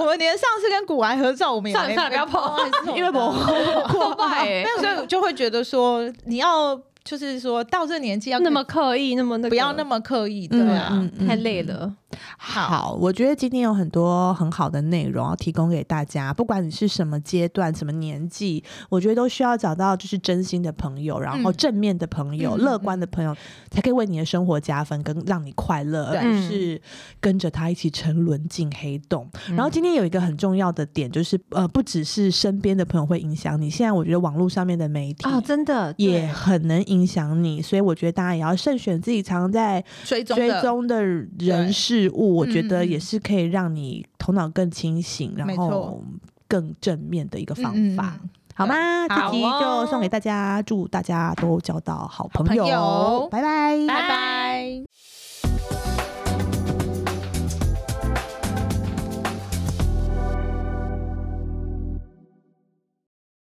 S3: 我们连上次跟古玩合照，我们也
S2: 啊算了
S3: 没啊
S2: 算了，不要碰，
S1: 因为我
S2: 破 败
S3: 没有，所以我就会觉得说你要就是说到这年纪要
S2: 那么刻意，那么那个，
S3: 不要那么刻意，对
S1: 嗯
S3: 啊，
S1: 嗯
S2: 太累了。
S1: 好，我觉得今天有很多很好的内容要提供给大家，不管你是什么阶段、什么年纪，我觉得都需要找到就是真心的朋友，然后
S3: 嗯
S1: 正面的朋友、
S3: 嗯
S1: 乐观的朋友，才可以为你的生活加分，跟让你快乐，
S3: 对
S1: 而不是跟着他一起沉沦进黑洞。
S2: 嗯
S1: 然后今天有一个很重要的点，就是呃，不只是身边的朋友会影响你，现在我觉得网络上面的媒体。
S2: 哦，真的
S1: 也很能影响你，所以我觉得大家也要慎选自己常在
S3: 追踪
S1: 追
S3: 的
S1: 踪的人
S3: 对
S1: 事物，我觉
S3: 嗯
S1: 得
S3: 嗯
S1: 也
S3: 嗯
S1: 是可以让你头脑更清醒，然
S3: 没
S1: 后
S3: 错
S1: 更正面的一个方
S3: 嗯嗯
S1: 法，
S3: 嗯
S1: 好吗？这
S3: 好
S1: 集就
S2: 哦
S1: 送给大家，祝大家都交到好
S3: 朋
S1: 友
S3: 友，
S1: 拜拜，
S3: 拜拜。